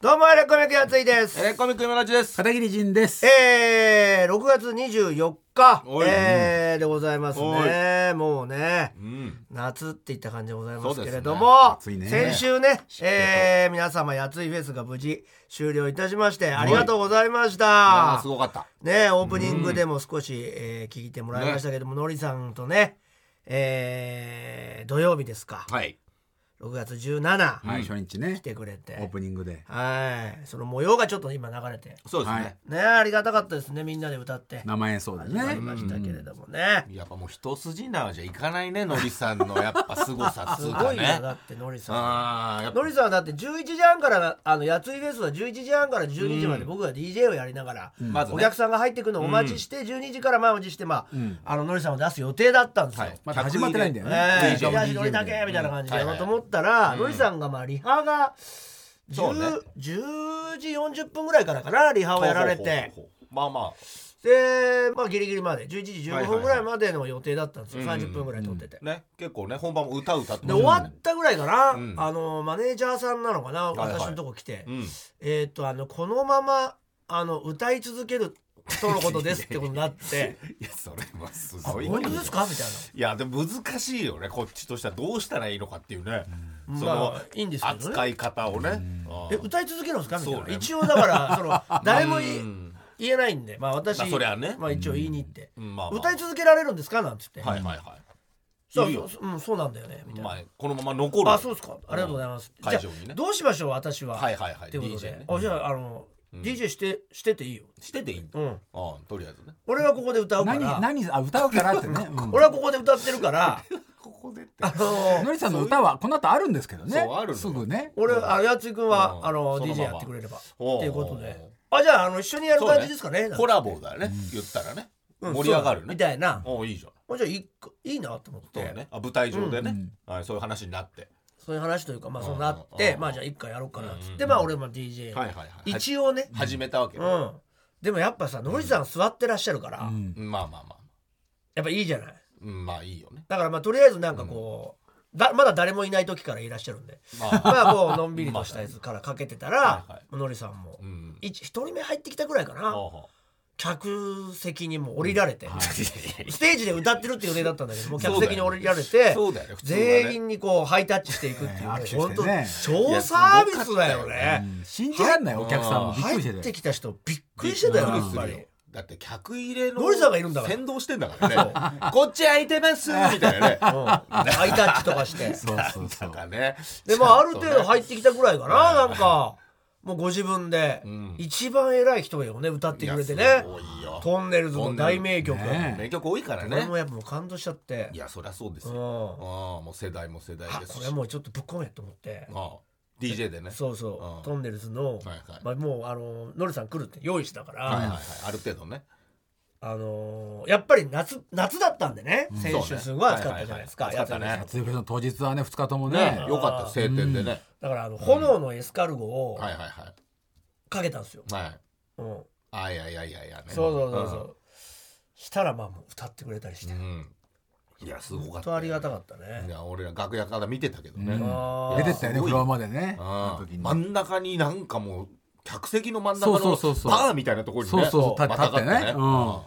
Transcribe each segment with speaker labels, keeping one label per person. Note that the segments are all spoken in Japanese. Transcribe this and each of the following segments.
Speaker 1: どうもエレコミックやついです
Speaker 2: エレコミック今ラジです。
Speaker 3: 片桐仁です。
Speaker 1: えー、6月24日
Speaker 2: おい
Speaker 1: えーでございますねもうね
Speaker 2: うん。
Speaker 1: 夏っていった感じでございますけれど
Speaker 3: そう
Speaker 1: も、
Speaker 3: ですね暑いね
Speaker 1: 先週ね、えー、皆様やついフェスが無事終了いたしましてありがとうございまし
Speaker 2: あ
Speaker 1: た
Speaker 2: あ、すごかった。
Speaker 1: ねオープニングでも少し、えー聞いてもらいましたけども、のりさんとねえー、土曜日ですか、
Speaker 2: はい。
Speaker 1: 6月17、
Speaker 3: はい、初日ね
Speaker 1: 来、てくれて
Speaker 3: オープニングで。
Speaker 1: はいその模様がちょっと今流れて
Speaker 2: そうです
Speaker 3: はい
Speaker 2: ね。
Speaker 1: ねありがたかったですねみんなで歌って
Speaker 3: 生演奏で
Speaker 1: なり
Speaker 3: ね。
Speaker 1: ましたけれどもね、
Speaker 2: やっぱもう一筋縄じゃいかないね、のりさんのやっぱ凄さ
Speaker 1: す
Speaker 2: つう
Speaker 1: ご
Speaker 2: か
Speaker 1: いよ
Speaker 2: ね。
Speaker 1: だってのりさ
Speaker 2: ああ、やっ
Speaker 1: んのりさんはだって11時半からあのやついフェスは11時半から12時まで僕が DJ をやりながら、
Speaker 2: まずね
Speaker 1: お客さんが入ってくるのをお待ちして、12時から満を持してまあ、あののりさんを出す予定だったんですよ、
Speaker 2: はい
Speaker 3: まだ始まってないんだよ
Speaker 1: え
Speaker 3: ね。
Speaker 1: え
Speaker 3: いいじゃん
Speaker 1: 東のりだけみたいな感じで
Speaker 2: うん
Speaker 1: やろうと思ったら、のりさんがまあリハが
Speaker 2: そうね
Speaker 1: 10, 10時40分ぐらいからかなリハをやられて。
Speaker 2: ほうほうほうほう。まあま
Speaker 1: で、まあ、ギリギリまで11時
Speaker 2: は
Speaker 1: 15
Speaker 2: いはいは
Speaker 1: 分
Speaker 2: い
Speaker 1: ぐらいまでの予定だったんですよ、
Speaker 2: うんうん
Speaker 1: 30分ぐらい撮ってて、
Speaker 2: あ、ね、結構ね、本番も歌歌って。
Speaker 1: で終わったぐらいかな、
Speaker 2: うん
Speaker 1: あのマネージャーさんなのかな、
Speaker 2: いはい
Speaker 1: 私のとこ来て、
Speaker 2: うん。
Speaker 1: えっ、とあのこのままあの歌い続けるとのことですってことになって
Speaker 2: いや、それはす
Speaker 1: あ
Speaker 2: ごい。
Speaker 1: 本当ですかみたい
Speaker 2: いや、でも難しいよね、こっちとしてはどうしたらいいのかっていうね。
Speaker 1: な
Speaker 2: そ
Speaker 1: まあ
Speaker 2: の
Speaker 1: いいんですけど
Speaker 2: 扱
Speaker 1: ね
Speaker 2: い方をね。あ
Speaker 1: え
Speaker 2: ー
Speaker 1: 歌い続けるんですかみたいな、
Speaker 2: そうね
Speaker 1: 一応だ からその誰もい
Speaker 2: うん
Speaker 1: 言えないんでまあ私、
Speaker 2: まあそりゃね
Speaker 1: まあ、一応言いに行って、
Speaker 2: うんまあまあ
Speaker 1: 歌い続けられるんですかなんて言って、
Speaker 2: はいはいは
Speaker 1: そう
Speaker 2: いるよ
Speaker 1: そうん、そうなんだよねみた
Speaker 2: い。
Speaker 1: いな、
Speaker 2: まあ、このまま残る。
Speaker 1: あそうですかありがとうございます、
Speaker 2: うん会場にね
Speaker 1: じゃあどうしましょう私は
Speaker 2: はいはいはい。
Speaker 1: ってことで、
Speaker 2: DJ ね
Speaker 1: あじゃああの、DJ してしてていいよ
Speaker 2: してていいの
Speaker 1: うん
Speaker 2: ああ、とりあえずね。
Speaker 1: 俺はここで歌うか
Speaker 3: 何、
Speaker 1: ら
Speaker 3: 何、あ、歌うからってね。うん
Speaker 1: 俺はここで歌ってるから
Speaker 2: ここでって。
Speaker 1: あの
Speaker 3: のりさんの歌はこの後あるんですけどね
Speaker 2: そうあるの。
Speaker 3: すぐね。
Speaker 1: 俺あのやつい君は
Speaker 2: うん
Speaker 1: あの
Speaker 2: そのま
Speaker 1: DJ
Speaker 2: ま
Speaker 1: やってくれればって
Speaker 2: おう
Speaker 1: いうことで
Speaker 2: お
Speaker 1: あじゃああの一緒にやる
Speaker 2: そうね
Speaker 1: 感じですかね
Speaker 2: コラボだよね、言ったらね
Speaker 1: うん
Speaker 2: 盛り上がる
Speaker 1: そう
Speaker 2: ね
Speaker 1: みたいな
Speaker 2: おういいじゃん
Speaker 1: あじゃあいいかいいなと思っ
Speaker 2: そう
Speaker 1: て
Speaker 2: だねあ舞台上でね、はい、そういう話になって
Speaker 1: そういう話というかまあそうなっ
Speaker 2: うんうん
Speaker 1: て
Speaker 2: うん
Speaker 1: まあじゃあ一回やろうかなっつっ
Speaker 2: うんう
Speaker 1: て
Speaker 2: ん
Speaker 1: まあ俺も DJ
Speaker 2: はいはいはい
Speaker 1: 一応ね
Speaker 2: 始めたわけ、
Speaker 1: う
Speaker 2: うん
Speaker 1: でもやっぱさのりさん座ってらっしゃるから
Speaker 3: うん
Speaker 2: ん、まあまあまあ
Speaker 1: やっぱいいじゃない
Speaker 2: うんまあいい よね
Speaker 1: だからまあとりあえずなんかこう、だまだ誰もいない時からいらっしゃるんで
Speaker 2: まあ、
Speaker 1: まあこうのんびりとしたやつからかけてたら、
Speaker 2: はいはい
Speaker 1: のりさんも
Speaker 2: うん
Speaker 1: 一一人目入ってきたぐらいかな、
Speaker 2: ほうほ
Speaker 1: 客席にもう降りられて、
Speaker 2: う
Speaker 1: ステージで歌ってるっていう予定だったんだけどもう
Speaker 2: そうだ
Speaker 1: 客席
Speaker 2: よ
Speaker 1: に降りられて、
Speaker 2: そうだよね普通はね
Speaker 1: 全員にこうハイタッチしていくっていう、
Speaker 3: ね握手してね
Speaker 1: 本当
Speaker 3: いや
Speaker 1: 超サービスだよね
Speaker 3: うん信じらんないお客さんもびっく
Speaker 1: 入
Speaker 3: りして
Speaker 1: って
Speaker 3: て。
Speaker 1: きた人びっくりしてたよや
Speaker 2: びっ
Speaker 1: っぱ
Speaker 2: くりする
Speaker 1: り
Speaker 2: よ。だって客入れの
Speaker 1: ノリさんがいるんだから
Speaker 2: 先導してんだからね こっち空いてますみた いなね
Speaker 1: うんハイタッチとか して
Speaker 3: そうそうそ
Speaker 2: なん
Speaker 3: う。
Speaker 2: かね
Speaker 1: でまあある程度入
Speaker 2: っ
Speaker 1: ってきたぐらいかな、なんかもうご自分で
Speaker 2: ん
Speaker 1: 一番偉い人がよね歌ってくれてね
Speaker 2: 多いよ
Speaker 1: トンネルズの大名曲、
Speaker 3: トンネルズね
Speaker 2: 名曲多いから
Speaker 1: 俺
Speaker 2: ね
Speaker 1: もやっぱもう感動しちゃって
Speaker 2: いやそりゃそうです
Speaker 1: う
Speaker 2: よ
Speaker 1: ん
Speaker 2: ああ
Speaker 1: あ
Speaker 2: もう世代も世代です
Speaker 1: こ
Speaker 2: し
Speaker 1: れもうちょっとぶっ込めと思って
Speaker 2: ああ DJ でね
Speaker 1: そう
Speaker 2: う
Speaker 1: そ
Speaker 2: ん
Speaker 1: うトンネルズの、
Speaker 2: はいはい
Speaker 1: まあ、もうあのノリさん来るって用意してたから、
Speaker 2: はいはいはいある程度ね
Speaker 1: あのーやっぱり夏夏だったんでね先
Speaker 2: そう
Speaker 1: 週
Speaker 2: ね
Speaker 1: すごい暑かったじゃないですか、
Speaker 2: はいはいはい暑かったね
Speaker 1: やつらさん
Speaker 3: 通の当日はね、二日とも
Speaker 2: ね
Speaker 3: ね。
Speaker 2: よかった晴天でね
Speaker 1: だからあの炎のエスカルゴを
Speaker 2: はいはいは
Speaker 1: かけたんですよ、
Speaker 2: いはい
Speaker 1: うん、
Speaker 2: あいやいやいやいやね
Speaker 1: そうそうそうそう、したらまあもう歌ってくれたりして、
Speaker 2: うんうんいやすごか
Speaker 1: 本
Speaker 2: っ
Speaker 1: 当
Speaker 2: た
Speaker 1: ありがた
Speaker 2: か
Speaker 1: かったね
Speaker 2: 俺ら楽屋から見てたけどね
Speaker 3: うん
Speaker 1: あー
Speaker 3: 出てったよね、
Speaker 2: すごい
Speaker 3: フロアまでね。
Speaker 2: あ
Speaker 3: あの
Speaker 2: ー
Speaker 3: 時に
Speaker 2: 真ん中になんかもう客席の真ん中の
Speaker 3: そうそうそうそう
Speaker 2: バーみたいなところにね
Speaker 3: そうそうそう
Speaker 2: またが
Speaker 3: 立ってねうん
Speaker 2: あ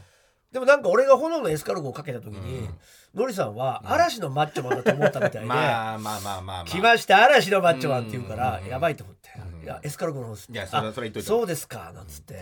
Speaker 1: でもなんか俺が炎のエスカルゴをかけた時に、ノリさんは嵐のマッチョマンだと思ったみたいで、
Speaker 2: ー まあまあまあまあまあ
Speaker 1: 来ました嵐のマッチョマンって言うから、やばいと思って、
Speaker 2: ん
Speaker 1: いやエスカルゴの方です
Speaker 2: いやそれ
Speaker 1: あ
Speaker 2: それ言っといた
Speaker 1: そうですかなんつって、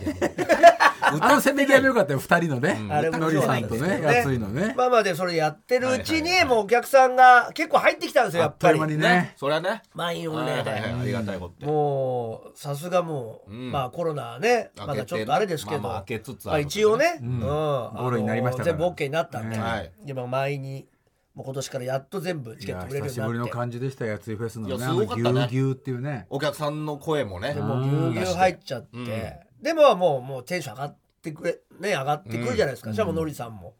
Speaker 3: あのせめぎ合いもよかったよ、二人のね。
Speaker 1: あれも
Speaker 3: のりさんとね、やついのね。
Speaker 1: まあまあでそれやってるうちに、
Speaker 2: はいはいはい
Speaker 1: もうお客さんが結構入ってきたんですよやっぱ
Speaker 3: あっという間
Speaker 1: り
Speaker 3: に
Speaker 2: ね
Speaker 3: ね
Speaker 2: そりゃね
Speaker 1: 満員御
Speaker 2: はい
Speaker 1: 礼
Speaker 2: は
Speaker 1: で、
Speaker 2: いはいありがたいことって
Speaker 1: もうさすがもう、
Speaker 2: ん
Speaker 1: まあコロナね
Speaker 2: 明けて
Speaker 1: まだちょっとあれですけど、
Speaker 2: まあまあ明けつつあ
Speaker 1: まあ
Speaker 2: る
Speaker 1: 一応ね、うん
Speaker 3: 五類になりましたから
Speaker 1: あの全部 OK になったんで、
Speaker 3: ね
Speaker 2: はい
Speaker 1: 今前にもう今年からやっと全部チ
Speaker 3: い
Speaker 1: ケッ
Speaker 3: や
Speaker 1: ト売れるよ
Speaker 3: 久
Speaker 1: うに
Speaker 3: し
Speaker 1: な
Speaker 3: ぶり
Speaker 1: っ
Speaker 3: の
Speaker 1: て
Speaker 3: 感じでしたよ、やついフェスの
Speaker 2: い
Speaker 3: ね。
Speaker 2: や
Speaker 3: あ
Speaker 2: す
Speaker 3: の
Speaker 2: ごかったね
Speaker 3: ぎゅうぎゅうっていうね。
Speaker 2: お客さんの声もね
Speaker 1: でもうぎゅうぎゅう入っちゃって、でももうもうテンション上がってくれね上がってくるじゃないですか、しかものりさんも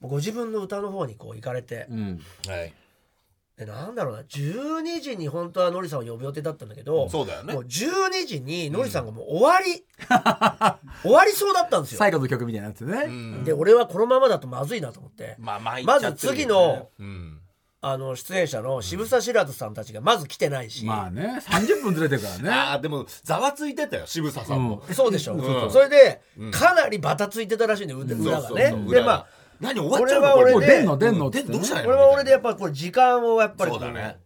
Speaker 1: もうご自分の歌の方にこう行かれて、
Speaker 3: うん。
Speaker 2: はい
Speaker 1: でなんだろうな12時に本当はのりさんを呼ぶ予定だったんだけど、
Speaker 2: そうだよね
Speaker 1: もう12時にのりさんがもう終わ り、終わりそうだったんですよ
Speaker 3: 最後の曲みたいなやつね。
Speaker 1: で俺はこのままだとまずいなと思って、
Speaker 2: まあまあ
Speaker 1: まず次の
Speaker 2: うん
Speaker 1: あの出演者の渋沢白人さんたちがまず来てないし、
Speaker 3: まあね30分ずれてるから
Speaker 2: ああでもざわついてたよ渋沢さんも、
Speaker 3: う
Speaker 1: そうでしょ、
Speaker 2: うん
Speaker 1: それで、かなりバタついてたらしいんで腕裏がねでまあ
Speaker 2: 何終わっちゃうの
Speaker 1: 俺は俺
Speaker 3: ねもう
Speaker 1: で
Speaker 3: 出んの出んのっ
Speaker 2: で
Speaker 3: て
Speaker 2: どうしたらいい
Speaker 1: 俺
Speaker 2: の
Speaker 1: は俺でやっぱこれ時間をやっぱり
Speaker 2: そうだね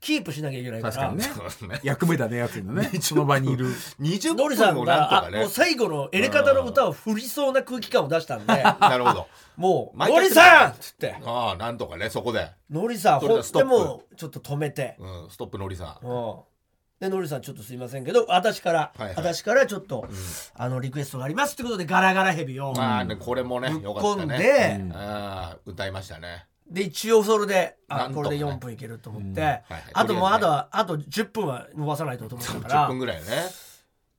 Speaker 1: キープしなきゃいけないから
Speaker 3: 確かにね
Speaker 2: そうね
Speaker 3: 役目だねやつのねその場にいる
Speaker 2: 20
Speaker 1: ノリさ
Speaker 2: 分
Speaker 1: ん
Speaker 2: を
Speaker 1: が
Speaker 2: なん
Speaker 1: あ
Speaker 2: とか
Speaker 1: も
Speaker 2: ね
Speaker 1: う最後のエレカタの歌を振りそうな空気感を出したんで
Speaker 2: なるほど
Speaker 1: もう「
Speaker 2: 毎
Speaker 1: ノ
Speaker 2: 回
Speaker 1: リさん!」っつって
Speaker 2: ああなんとかねそこで、
Speaker 1: ノリさん
Speaker 2: それで
Speaker 1: ほっ
Speaker 2: ストッ
Speaker 1: て
Speaker 2: プ
Speaker 1: もうちょっと止めて、
Speaker 2: うん、ストップのりさん
Speaker 1: うんでノリさんちょっとすいませんけど私から、
Speaker 2: はいはい
Speaker 1: 私からちょっと、あのリクエストがありますってことでガラガラヘビをぶっ
Speaker 2: ああねこれもねよかっ
Speaker 1: 込
Speaker 2: た
Speaker 1: んで、
Speaker 2: ねああ歌いましたね
Speaker 1: で一応それで
Speaker 2: な
Speaker 1: あ
Speaker 2: ん
Speaker 1: こ
Speaker 2: とか
Speaker 1: れ
Speaker 2: ね
Speaker 1: で4分いけると思って、
Speaker 2: はい
Speaker 1: あともうあ
Speaker 2: とりあえず
Speaker 1: と
Speaker 2: ね
Speaker 1: はあと10分は伸ばさないとと思ったか
Speaker 2: 10
Speaker 1: ら
Speaker 2: 分ぐらいね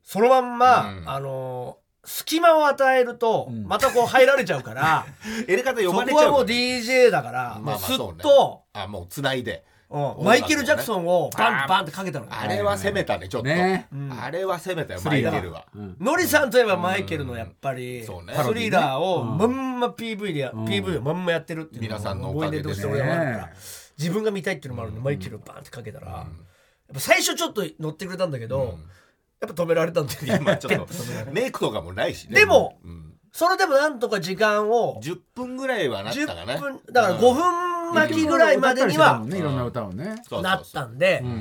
Speaker 1: そのまんま、
Speaker 2: うん
Speaker 1: あのー隙間を与えると
Speaker 3: うん
Speaker 1: またこう入られちゃうから、
Speaker 2: エレカタ
Speaker 1: そ
Speaker 2: 呼ばれち
Speaker 1: こ
Speaker 2: ゃ
Speaker 1: は
Speaker 2: う
Speaker 1: もう
Speaker 2: から
Speaker 1: DJ だから、
Speaker 2: まあまあ
Speaker 1: もうすっ
Speaker 2: そうね
Speaker 1: と、
Speaker 2: あもうつないで
Speaker 1: うんマイケル・ジャクソンをバンバンってかけたのね
Speaker 2: あれは攻めたねちょっと、
Speaker 3: ね
Speaker 1: うん
Speaker 2: あれは攻めたよ
Speaker 3: ス
Speaker 2: マ
Speaker 3: リ
Speaker 2: イ
Speaker 3: ラー
Speaker 2: ケ ルは、
Speaker 3: うん
Speaker 1: ノリさんといえばマイケルのやっぱり、
Speaker 2: うんそうね
Speaker 1: スリラーを
Speaker 3: うん
Speaker 1: まんま PV でや、
Speaker 3: ん
Speaker 1: PV をまんまやってるっていう
Speaker 2: 皆さんのお
Speaker 1: 思い
Speaker 2: か
Speaker 1: 出
Speaker 2: げでね
Speaker 1: として俺はあるから、
Speaker 3: ね
Speaker 1: 自分が見たいっていうのもあるんで、マイケルをバンってかけたら、やっぱ最初ちょっと乗ってくれたんだけど、やっぱ止められたんだよね
Speaker 2: 今ちょっとメイクとかもないしね
Speaker 1: でも
Speaker 2: うん
Speaker 1: それでもなんとか時間を
Speaker 2: 10分ぐらいはなったかね
Speaker 1: 10分だから5分巻きぐらいまでには
Speaker 3: ねいろんな歌をね
Speaker 2: そうそうそう
Speaker 1: なったんで、
Speaker 3: うん
Speaker 1: も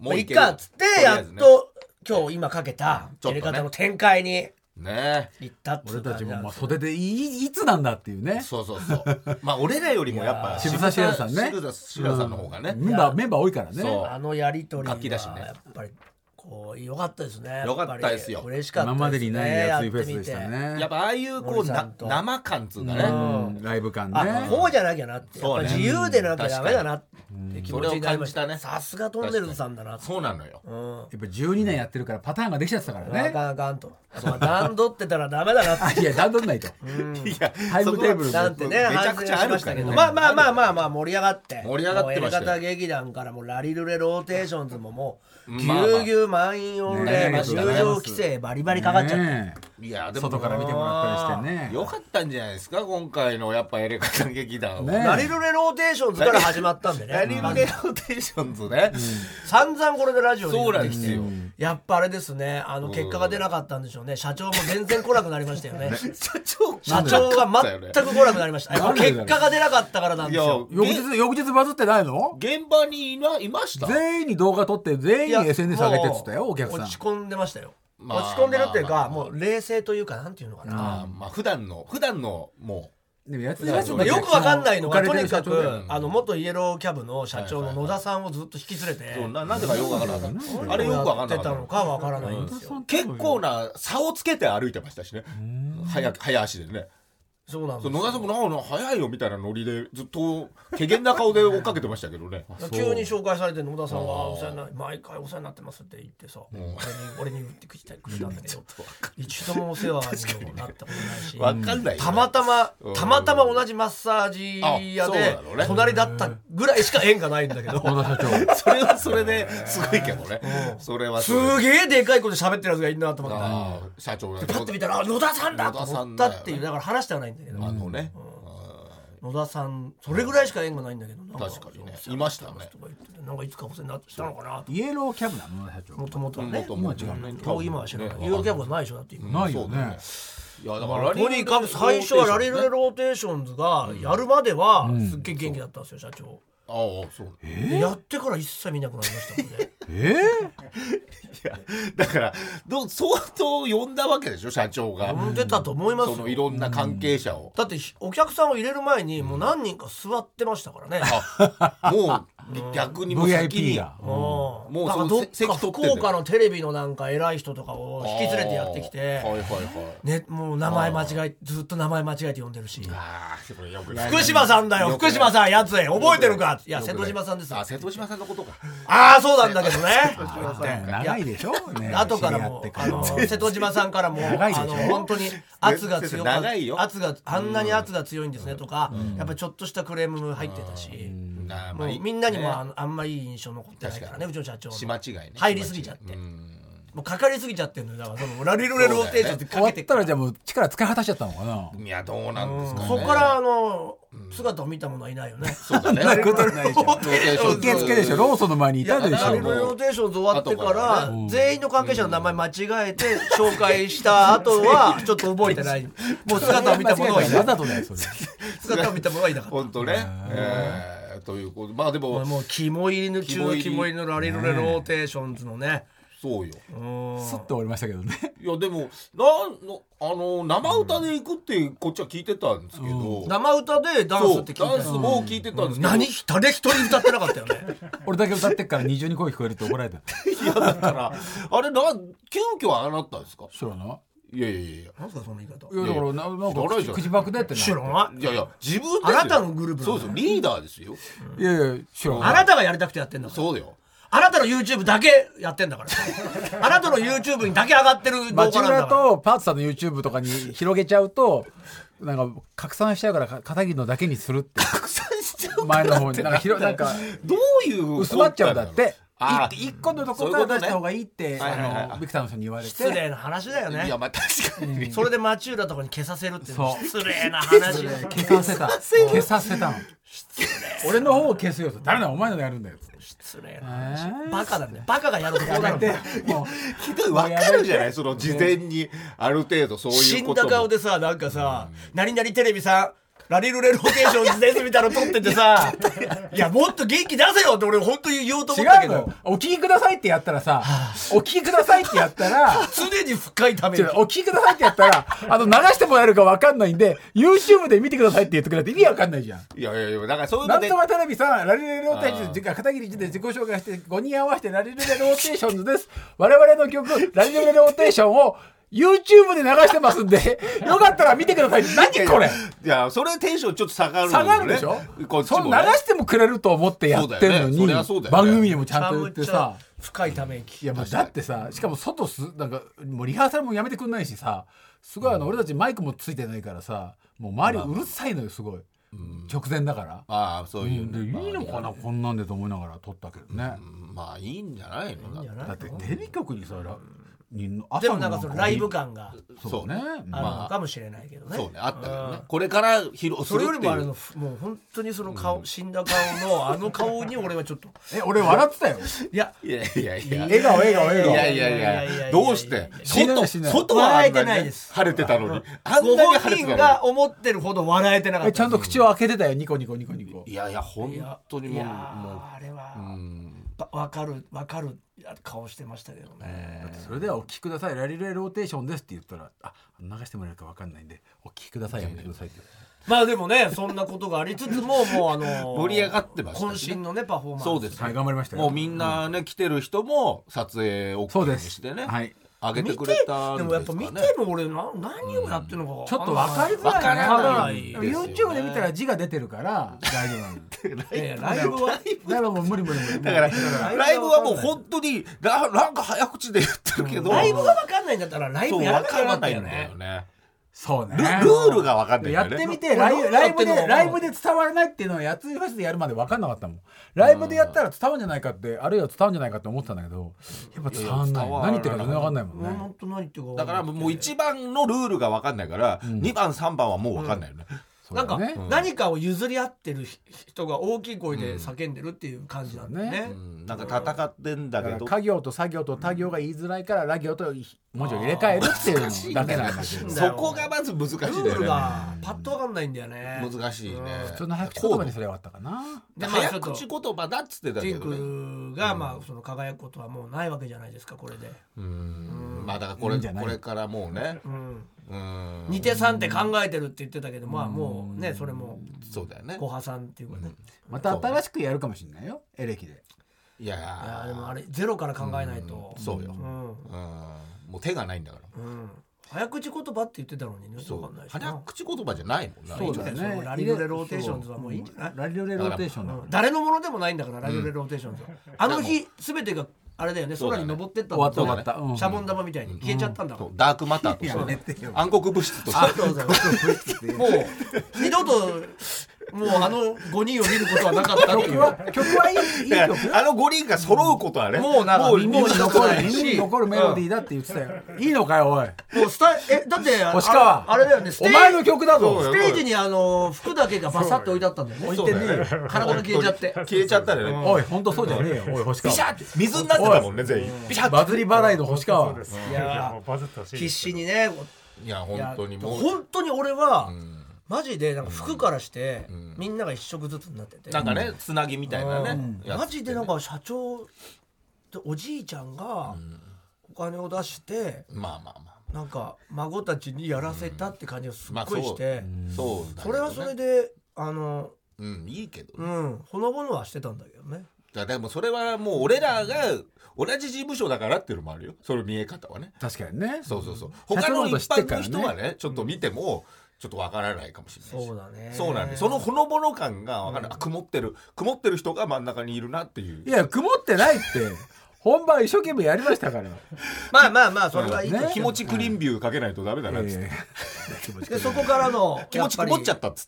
Speaker 2: も
Speaker 1: う
Speaker 2: う
Speaker 1: い
Speaker 2: い
Speaker 1: っ
Speaker 2: ける
Speaker 1: かっつってやっ
Speaker 2: りあえずね
Speaker 1: と今日今かけた
Speaker 2: ち
Speaker 1: や
Speaker 2: ょっとね
Speaker 1: り方の展開に
Speaker 2: ね
Speaker 1: 行ったってい
Speaker 3: 俺
Speaker 1: う
Speaker 3: た
Speaker 1: 感
Speaker 3: ち
Speaker 1: じなん
Speaker 3: もま
Speaker 1: で
Speaker 3: あ
Speaker 1: す
Speaker 3: 袖でいいつなんだっていうね
Speaker 2: そうそうそう まあ俺らよりもやっ
Speaker 1: いやー
Speaker 2: ぱ
Speaker 3: 渋沢
Speaker 2: 渋
Speaker 3: さんね
Speaker 2: 渋沢渋沢さんの方がね、
Speaker 3: メンバーメンバー多いからね
Speaker 2: そう
Speaker 1: あのやり取りは
Speaker 2: 楽器だしね
Speaker 1: やっぱりこう良かったですね
Speaker 2: 良かったですよ
Speaker 1: やぱり嬉しかった
Speaker 3: 今までにない熱いフェ
Speaker 1: やっ
Speaker 3: ス
Speaker 1: てみ
Speaker 3: で
Speaker 1: て
Speaker 3: したね
Speaker 2: やっぱああいうこ
Speaker 1: 森
Speaker 2: う
Speaker 1: さん
Speaker 2: な
Speaker 1: と
Speaker 2: 生感っつうかね、
Speaker 3: うんライブ感ね
Speaker 1: あこうじゃなきゃなってやっ
Speaker 2: そ
Speaker 1: ぱ
Speaker 2: う
Speaker 1: り
Speaker 2: ね
Speaker 1: 自由でなきゃダメだなって気
Speaker 2: そ
Speaker 1: 持
Speaker 2: れ
Speaker 1: ち
Speaker 2: を
Speaker 1: になりま
Speaker 2: 感
Speaker 1: し
Speaker 2: じた
Speaker 1: た
Speaker 2: ね
Speaker 1: さすがトンネルズさんだな
Speaker 2: そうなのよ
Speaker 1: うん
Speaker 3: やっぱ12年やってるからパターンができちゃってたから
Speaker 1: あ
Speaker 3: ね。
Speaker 1: かんあかんとまあ段取ってたらダメだ なっ
Speaker 3: あ
Speaker 1: て
Speaker 3: いや、段取んないと。
Speaker 2: いや
Speaker 3: タイムテーブル
Speaker 2: そこ
Speaker 3: な
Speaker 2: は
Speaker 1: なんてね
Speaker 2: めちゃくちゃ
Speaker 1: 反省
Speaker 2: あるから
Speaker 1: しましたけ
Speaker 2: ね
Speaker 1: どまあまあまあまあまあ盛り上がって
Speaker 2: 盛り上がってました
Speaker 1: もうエ
Speaker 2: よ
Speaker 1: レガタ劇団からもうラリルレローテーションズももうぎ
Speaker 2: まあまあ
Speaker 1: ゅうぎゅう満員御
Speaker 3: ねえあ
Speaker 1: 礼
Speaker 3: り
Speaker 1: 入
Speaker 3: がとうございます
Speaker 1: 場規制バリバリかかっちゃって
Speaker 3: ね
Speaker 2: いや
Speaker 3: え
Speaker 2: でも
Speaker 3: 外から見てもらったりしてね。
Speaker 2: よかったんじゃないですか今回のやっぱエレガタ劇団は、
Speaker 3: ね
Speaker 1: ラリルレローテーションズから始まったんでね
Speaker 2: ラリルレローテーションズね、
Speaker 1: 散々これでラジオに
Speaker 2: そうなん
Speaker 1: 出て
Speaker 2: で
Speaker 1: き
Speaker 2: す
Speaker 1: て
Speaker 2: よ、
Speaker 1: やっぱあれですねあの結果が出なかったんでしょうね社長も全然来なくなりましたよね
Speaker 2: 社長
Speaker 1: 社長が全く来なくなりましたやっぱ
Speaker 3: なんでだ
Speaker 1: 結
Speaker 3: ろう
Speaker 1: 果が出なかったからなん
Speaker 2: い
Speaker 1: です
Speaker 2: や
Speaker 1: よ
Speaker 3: 翌日、翌日バズってないの
Speaker 2: 現場にいないました
Speaker 3: 全員に動画撮って、全員に SNS 上げてっつった
Speaker 1: も
Speaker 3: よ、
Speaker 1: う
Speaker 3: お客さん
Speaker 1: 落ち。込んでましたよ、
Speaker 2: まあ
Speaker 1: 落ち込んでるっていうか、
Speaker 2: まあまあ
Speaker 1: もう冷静というかなんていうのかな、
Speaker 2: あーまあ普段の普段のも
Speaker 3: でもやつ
Speaker 2: まあ
Speaker 1: まあよくわかんないのがとにかく、
Speaker 2: ね
Speaker 1: あの元イエローキャブの社長
Speaker 2: は
Speaker 1: の
Speaker 2: いは
Speaker 1: 野
Speaker 2: いはい
Speaker 1: 田さんをずっと引き連れて、
Speaker 2: うそうななぜかよくわからなかったあれよくわか
Speaker 1: や
Speaker 2: ん
Speaker 1: って
Speaker 2: なかった
Speaker 1: のかわからないんですよ、
Speaker 2: 結構な差をつけて歩いてましたしね早く早足でね
Speaker 1: そうなんです
Speaker 2: そう
Speaker 1: よ
Speaker 2: 野田さんもなんか早いよみたいなノリでずっと怪げな顔で追っかけてましたけどね
Speaker 1: 急に紹介されて野田さんが
Speaker 2: あー
Speaker 1: お世話にな毎回お世話になってますって言ってさ俺に俺に言ってきてくれたん だけど一度もお世話にもなったことないし
Speaker 2: わかんないよね
Speaker 1: たまたま
Speaker 2: うん
Speaker 1: たまたま同じマッサージ屋
Speaker 2: あそう
Speaker 1: で
Speaker 2: なのね
Speaker 1: 隣だったぐらいしか縁がないんだけど
Speaker 3: 野田 社長。
Speaker 2: それはそれですごいけどねそれ はそれです
Speaker 1: げえでかい声で喋ってるやつがいるなと思って
Speaker 2: あー社長が
Speaker 1: パッて見たらあ野田さんだと思ったっていう
Speaker 2: 野田さんだよね
Speaker 1: だから話してはないんだけど
Speaker 2: あのね
Speaker 1: 野田さんそれぐらいしか縁がないんだけどなん
Speaker 2: 確かにねいましたね
Speaker 1: お世話になってますとか言っててなんかいつかお世話になってしたのかなと
Speaker 3: イエローキャブなの、野田社
Speaker 1: も
Speaker 3: 長。
Speaker 1: ともとはね
Speaker 2: 元々はね
Speaker 1: もう今は知らない。ユーロキャブはないでしょだって今。
Speaker 3: ないよね。
Speaker 2: いやだからラリ
Speaker 1: とにかく最初はラリルレローテーションズがやるまではすっげえ元気だったんですよ社長。
Speaker 2: ああそう
Speaker 1: でやってから一切見なくなりましたもん ね。
Speaker 3: え
Speaker 2: いやだからどう相当呼んだわけでしょ社長が
Speaker 1: 呼んでたと思います
Speaker 2: そのい
Speaker 1: よ。
Speaker 2: ろんな関係者を
Speaker 1: だってひお客さんを入れる前にもう何人か座ってましたからね。
Speaker 2: あもう逆に
Speaker 3: ぇ
Speaker 2: もう先
Speaker 3: ?VIP
Speaker 2: に
Speaker 3: が。
Speaker 1: も
Speaker 2: もう
Speaker 1: だから
Speaker 2: その
Speaker 1: どっ
Speaker 2: 席
Speaker 1: か
Speaker 2: 取って
Speaker 1: 福
Speaker 2: んだよ
Speaker 1: 岡のテレビのなんか偉い人とかを引き連れてやってき
Speaker 2: あーはい
Speaker 1: て、
Speaker 2: はいはい
Speaker 1: ね、もう名前間違えずっと名前間違えて呼んでるし。
Speaker 2: ああこれよく
Speaker 1: 福島さんだよ
Speaker 2: よくな
Speaker 1: 福
Speaker 2: い
Speaker 1: 島さんやつへ覚えてるかいや
Speaker 2: よく
Speaker 1: 瀬
Speaker 2: ない
Speaker 1: 戸島さんです
Speaker 2: あ瀬戸島さんのことか
Speaker 1: ああそうなんだけどね。
Speaker 3: 長いでしょね
Speaker 1: 後からも
Speaker 3: 知り合って
Speaker 1: あの瀬戸島さんからも
Speaker 3: 長いでしょ
Speaker 1: あの本当に圧が強かっ
Speaker 2: 長いよ
Speaker 1: 圧があんなに圧が強いんですねとか、やっぱちょっとしたクレームも入ってたし、
Speaker 2: なあま
Speaker 1: も
Speaker 2: あ
Speaker 1: う
Speaker 2: い
Speaker 1: みんなにも
Speaker 2: ね
Speaker 1: あのあんまいい印象残ってないからねうちの社長の
Speaker 2: 島違いね
Speaker 1: 入りすぎちゃって
Speaker 2: うん
Speaker 1: ももうかかりすぎちゃってるのよだからそのラリルレローテーションって
Speaker 3: 終
Speaker 1: か
Speaker 3: わ
Speaker 1: け
Speaker 3: ってたらじゃあもう力使い果たしちゃっ たのかな。
Speaker 2: いやどうなんですかね
Speaker 1: そこからあの姿を見た者はいないよね。
Speaker 2: そうだね
Speaker 3: なことないじゃん。
Speaker 2: ローテーション
Speaker 3: 受付でしょ。ローソンの前 にいたでし
Speaker 1: ラ
Speaker 3: ょ。
Speaker 1: リル
Speaker 2: いや
Speaker 3: も
Speaker 1: レ
Speaker 3: う
Speaker 1: ローテーションズ終わってか
Speaker 2: 後から
Speaker 1: 全員の関係者の名前間違えて紹介した後はちょっと覚えて ない。もう姿を見た者はいな
Speaker 3: わ
Speaker 1: い。
Speaker 3: ざとだよそれ。
Speaker 1: 姿を見た者はいなかった。
Speaker 2: 本当ねえーということまあでも
Speaker 1: もう肝入りの中の肝入りのラリルレローテーションズのね。
Speaker 2: そうよ
Speaker 1: うん
Speaker 3: スッと終わりましたけどね。
Speaker 2: いやでもなんのあの生歌で行くってこっちは聞いてたんですけど
Speaker 1: 生歌でダンス
Speaker 2: そ
Speaker 1: っ
Speaker 2: う
Speaker 1: て聞いた
Speaker 2: ダ
Speaker 1: よ
Speaker 2: ンスも聞いてたんですけど
Speaker 1: 何誰一人歌ってなかったよね。
Speaker 3: 俺だけ歌ってっから二重に声聞こえるって怒られた。
Speaker 2: いやだからあれな急遽ああなったんですか
Speaker 3: 知らない
Speaker 2: いやいやいや
Speaker 1: なんすかその言い方。
Speaker 3: いやだからななん
Speaker 2: 知らない
Speaker 3: か
Speaker 2: じゃん
Speaker 3: 口ばくでってな
Speaker 1: 知らない。
Speaker 2: いやいや自分
Speaker 1: あなたのグループな
Speaker 2: そ
Speaker 1: の
Speaker 2: うですよリーダーですよ
Speaker 3: いやいや知ら
Speaker 1: あ
Speaker 3: ない
Speaker 1: なたがやりたくてやってんだから。
Speaker 2: そうだよ
Speaker 1: あなたの YouTube だけやってんだから。あなたの YouTube にだけ上がってる動
Speaker 3: 町
Speaker 1: 画なん
Speaker 3: 村
Speaker 1: だから。
Speaker 3: とパーツさんの YouTube とかに広げちゃうとなんか拡散しちゃうからか片桐のだけにするっ て
Speaker 2: 拡散しちゃう
Speaker 3: 前の方になんか広なんか
Speaker 2: どういう
Speaker 3: 薄まっちゃうんだって
Speaker 2: あ
Speaker 3: い一個のとこから出した方がいいって
Speaker 2: そういうことねはいはい
Speaker 3: あ
Speaker 2: は
Speaker 3: の
Speaker 2: い
Speaker 3: ビクターの人に言われ
Speaker 1: 失
Speaker 3: て
Speaker 1: 礼な話だよ
Speaker 2: い
Speaker 1: ね
Speaker 2: や。まあ確かに
Speaker 1: それで町浦とかに消させるっていうの
Speaker 3: そう
Speaker 1: 失礼な話。
Speaker 3: 消させた消させたの俺の方を消すよと誰だお前のやるんだよ
Speaker 1: 失礼な話。バカだね。バカがやるところだろ。
Speaker 3: もう
Speaker 2: ひどい分かるじゃないその事前にある程度そうい
Speaker 1: 死
Speaker 2: うんこと
Speaker 1: だ顔でさ、なんかさ、何々テレビさん、ラリルレローテーションズですみたいなの撮っててさ、いや、もっと元気出せよって俺本当に言おうと思った
Speaker 3: 違
Speaker 1: け
Speaker 3: うのよ
Speaker 1: ど、
Speaker 3: お聞きくださいってやったらさお聞きくださいってやったら
Speaker 1: 常に深いため
Speaker 3: 違
Speaker 1: に
Speaker 3: う。お聞きくださいってやった ら、あの、流してもらえるか分かんないんで、YouTube で見てくださいって言ってくれって意味分かんないじゃん。
Speaker 2: いやいやいやだからそういう
Speaker 3: な
Speaker 2: の
Speaker 3: ん
Speaker 2: で
Speaker 3: とかテレビさん、ラリレローテーションズ、片桐一で自己紹介して、5人合わせてラリレローテーションズです。我々の曲、ラリレローテーションを YouTube で流してますんで、よかったら見てくださいって。何これ
Speaker 2: いやそれテンションちょっと下がるん
Speaker 3: 下
Speaker 2: よね
Speaker 3: がるでしょ
Speaker 2: こっち
Speaker 3: そ
Speaker 2: も
Speaker 3: の流
Speaker 2: ね
Speaker 3: してもくれると思ってやってるの
Speaker 2: そうだよねそ
Speaker 3: に、
Speaker 2: りゃそうだよね
Speaker 3: 番組にもちゃんと言ってさ。
Speaker 1: 深いため息
Speaker 3: いやもうだってさしかも外すなんかもうリハーサルもやめてくんないしさすごいあの俺たちマイクもついてないからさもう周りうるさいのよすごい、直前だから、
Speaker 2: ああそういう
Speaker 3: で
Speaker 2: ねまあ
Speaker 3: いいのかなこんなんでと思いながら撮ったけどね、
Speaker 2: まあいいんじゃないのだって
Speaker 3: だってテレビ局にさらに朝
Speaker 1: でもなんかそのライブ感が
Speaker 3: そうね
Speaker 1: あるの
Speaker 2: ま
Speaker 1: かもしれないけど
Speaker 2: あ
Speaker 1: ね。
Speaker 2: そうねあったけど
Speaker 1: う
Speaker 2: ね
Speaker 1: ん
Speaker 2: これから披露す
Speaker 1: それよ
Speaker 2: るっ
Speaker 1: り
Speaker 2: てい
Speaker 1: もあれ
Speaker 2: う
Speaker 1: のもう本当にその顔、死んだ顔のあの顔に俺はちょっと
Speaker 3: え俺笑ってたよ
Speaker 1: いや
Speaker 2: いやいやいや
Speaker 3: 笑顔笑顔笑
Speaker 2: いやい
Speaker 3: 顔
Speaker 2: やい
Speaker 1: いやいやいやい
Speaker 2: や
Speaker 1: や
Speaker 2: どうして
Speaker 3: 死な
Speaker 2: 外
Speaker 3: ない死なない
Speaker 2: 外はあん
Speaker 1: 笑え
Speaker 2: な
Speaker 1: て
Speaker 2: に
Speaker 1: ない
Speaker 2: ね
Speaker 1: です
Speaker 2: 晴れてたのにあん
Speaker 1: ご
Speaker 2: なに
Speaker 1: 本
Speaker 2: 晴れて
Speaker 1: 人
Speaker 2: たの
Speaker 1: が思ってるほど笑えてなかっ
Speaker 3: え
Speaker 1: た
Speaker 3: ちゃんと口を開けてたよニコニコニコニコ
Speaker 2: にいやいや本
Speaker 1: いや
Speaker 2: 当に
Speaker 1: い
Speaker 2: もう
Speaker 1: やー
Speaker 2: も
Speaker 1: あれは、
Speaker 2: ううん
Speaker 1: ばわかるわかる顔してましたけどね、
Speaker 3: だってそれではお聞きくださいラリレローテーションですって言ったらあ流してもらえるか分かんないんでお聞きくださいやめてくださいって
Speaker 1: まあでもねそんなことがありつつ ももうあのー
Speaker 2: 盛り上がってましたしね
Speaker 1: 渾身のねパフォーマンス
Speaker 2: そうです
Speaker 3: はい頑張りましたよ
Speaker 2: もうみんなね来てる人も撮影を
Speaker 3: そうで
Speaker 2: に
Speaker 3: す
Speaker 2: してね
Speaker 3: はい
Speaker 2: 上げ
Speaker 1: 見
Speaker 2: て
Speaker 1: て
Speaker 2: くれたん
Speaker 1: で
Speaker 2: ですかね
Speaker 1: もやっぱ見ても俺な何をやってるのか、
Speaker 3: ちょっと分かりづらい、ね、
Speaker 2: わからない
Speaker 3: でも YouTube で見たら字が出てるから大丈夫なの
Speaker 1: ええライブは
Speaker 3: だからもう無理無理無理
Speaker 2: だから
Speaker 1: ら
Speaker 2: ライブはもう本当にななんか早口で言ってるけど
Speaker 1: ライブが分かんないんだったらライ
Speaker 2: そ
Speaker 1: ブ
Speaker 2: う
Speaker 1: やら
Speaker 2: わ
Speaker 1: なきゃ
Speaker 2: から
Speaker 1: な
Speaker 2: な
Speaker 1: か
Speaker 2: い
Speaker 1: よ
Speaker 2: んだよ
Speaker 1: ね
Speaker 2: ね
Speaker 3: そうね
Speaker 2: ルルールがわかんないんだよ
Speaker 3: やっ
Speaker 2: ね
Speaker 3: てみてライブライ
Speaker 1: やって
Speaker 3: ブ
Speaker 1: ん
Speaker 3: で
Speaker 1: の
Speaker 3: ライブで伝わらないっていうのはやついフェスでやるまで分かんなかったもんライブでやったら伝わるんじゃないかってあるいは伝わるんじゃないかって思ってたんだけどやっぱ伝わんない
Speaker 2: いやいや伝わらな
Speaker 3: 何
Speaker 2: い
Speaker 3: 言ってるか全然分かんないもんね、
Speaker 1: うん本当何言ってるか分
Speaker 2: だから
Speaker 1: んない
Speaker 2: もう一番のルールがわかんないから、二番三番はもうわかんないよね、
Speaker 3: そう
Speaker 1: なん
Speaker 3: だ
Speaker 1: か
Speaker 3: ね
Speaker 1: 何かを譲り合ってる人が大きい声で叫んでるっていう感じなんだよね。
Speaker 2: うんなんか戦ってんだ
Speaker 3: だ
Speaker 2: け
Speaker 3: から
Speaker 2: ど
Speaker 3: 家業と作業と他業が言いづらいからラ行と文字を入れ替えるっていうのだけなんだけど
Speaker 1: 難しいんだ
Speaker 2: そこがまず難しいんだ
Speaker 1: ル
Speaker 2: よね
Speaker 1: ールがパッと分かんないんだよね。
Speaker 2: 難しいね
Speaker 3: 普通の早口言葉にすればよかったかな
Speaker 1: でまあちょ
Speaker 2: 早
Speaker 1: っと
Speaker 2: 口言葉だっつってた
Speaker 1: ジ
Speaker 2: け
Speaker 1: ン
Speaker 2: どね
Speaker 1: クがまあその輝くことはもうないわけじゃないですかこれで。
Speaker 2: うんまあだからこれ
Speaker 3: いいんじゃない
Speaker 2: これからもうね
Speaker 1: うん。
Speaker 2: うん
Speaker 1: 二手三手考えてるって言ってたけどまあもうねそれも
Speaker 2: そうだよね
Speaker 1: 小破さんっていうかね。
Speaker 3: また新しくやるかもしれないよエレキで
Speaker 2: いや
Speaker 1: いやで
Speaker 2: ー
Speaker 1: もあれゼロから考えないと。
Speaker 2: そうよ、
Speaker 1: うん。
Speaker 2: うんもう手がないんだから
Speaker 1: うん。早口言葉って言ってたのにね。
Speaker 2: そ
Speaker 1: わ
Speaker 2: う
Speaker 1: かんないしな
Speaker 2: 早口言葉じゃないもんな
Speaker 1: そうだよねラリルレローテーションズはもういいんじゃない
Speaker 3: ラリルレローテーションだ
Speaker 1: うん誰のものでもないんだからラジオレローテーションズはあの日全てがあれだよね
Speaker 2: そうだ
Speaker 1: 空
Speaker 2: ね
Speaker 1: に登ってった
Speaker 3: 終わった
Speaker 1: ん
Speaker 3: 終
Speaker 1: だ
Speaker 3: わ
Speaker 1: ね
Speaker 3: ったうん
Speaker 1: シャボン玉みたいに消えちゃったんだか
Speaker 2: そ
Speaker 1: ら
Speaker 2: うダークマターとして
Speaker 3: やめてよ
Speaker 2: 暗黒物質として
Speaker 1: ありがとうございますもう二度と
Speaker 4: もうあの5人を見ることはなかったってい
Speaker 3: 曲
Speaker 4: う
Speaker 3: は曲はいいいい
Speaker 2: いや
Speaker 3: 曲
Speaker 2: あの5人が揃うことはね、
Speaker 4: もうなんか
Speaker 2: もう
Speaker 4: 耳に残
Speaker 3: 残
Speaker 4: ら
Speaker 3: る
Speaker 4: ないし
Speaker 3: 残るメロディーだって言ってたよいいのかよおい
Speaker 4: もうスタえだってあ
Speaker 3: 星川
Speaker 4: あれだよねステ
Speaker 3: お
Speaker 4: ー
Speaker 3: 前の曲だ
Speaker 2: そう
Speaker 3: ぞ
Speaker 2: よ
Speaker 4: ステージにあの服だけがバサッと置いてあったんだよね
Speaker 2: そうだよ
Speaker 4: 体が消えちゃって
Speaker 2: 消えちゃったよね、
Speaker 3: おい本当そうじゃねえよおい星
Speaker 2: ビシャ
Speaker 3: 川
Speaker 2: って水になってたもんね全員ビシャ
Speaker 3: バズり払いの星川
Speaker 5: そうです
Speaker 1: い
Speaker 5: い
Speaker 1: やー
Speaker 5: やもうバズってほしい
Speaker 1: 必死にね
Speaker 2: いや
Speaker 1: いや
Speaker 2: 本当にもう
Speaker 1: 本当に俺は、
Speaker 2: ん
Speaker 1: マジでなんか服からして、みんなが一色ずつになってて
Speaker 2: なんかねつなぎみたいなね、やつ
Speaker 1: マジでなんか社長とおじいちゃんがお金を出して、
Speaker 2: まあまあまあ
Speaker 1: なんか孫たちにやらせたって感じがすっ
Speaker 2: まあ
Speaker 1: ごいして、
Speaker 2: そうだけ
Speaker 1: そ
Speaker 2: どね
Speaker 1: れはそれであの
Speaker 2: うんいいけどね、
Speaker 1: うんほのぼのはしてたんだけどね
Speaker 2: だからでもそれはもう俺らが同じ事務所だからっていうのもあるよその見え方はね
Speaker 3: 確かにね
Speaker 2: そうそうそう
Speaker 3: 社
Speaker 2: 他
Speaker 3: 長の
Speaker 2: の
Speaker 3: こと
Speaker 2: 一
Speaker 3: 知ってっ
Speaker 2: 般
Speaker 3: から
Speaker 2: の
Speaker 3: ね
Speaker 2: 人はねちょっと見てもちょっとわからないかもしれないし
Speaker 1: そうだね
Speaker 2: そうなんでそのほのぼの感がわからないあ曇ってる曇ってる人が真ん中にいるなっていう
Speaker 3: いや曇ってないって本番一生懸命やりましたから
Speaker 1: まあままあまあそれはいいけど
Speaker 3: ね
Speaker 2: 気持ちクリーンビューかけないとダメだなっつって、
Speaker 3: ええ気持ち
Speaker 1: でそこからの
Speaker 2: 気持ち曇っちゃったっつっ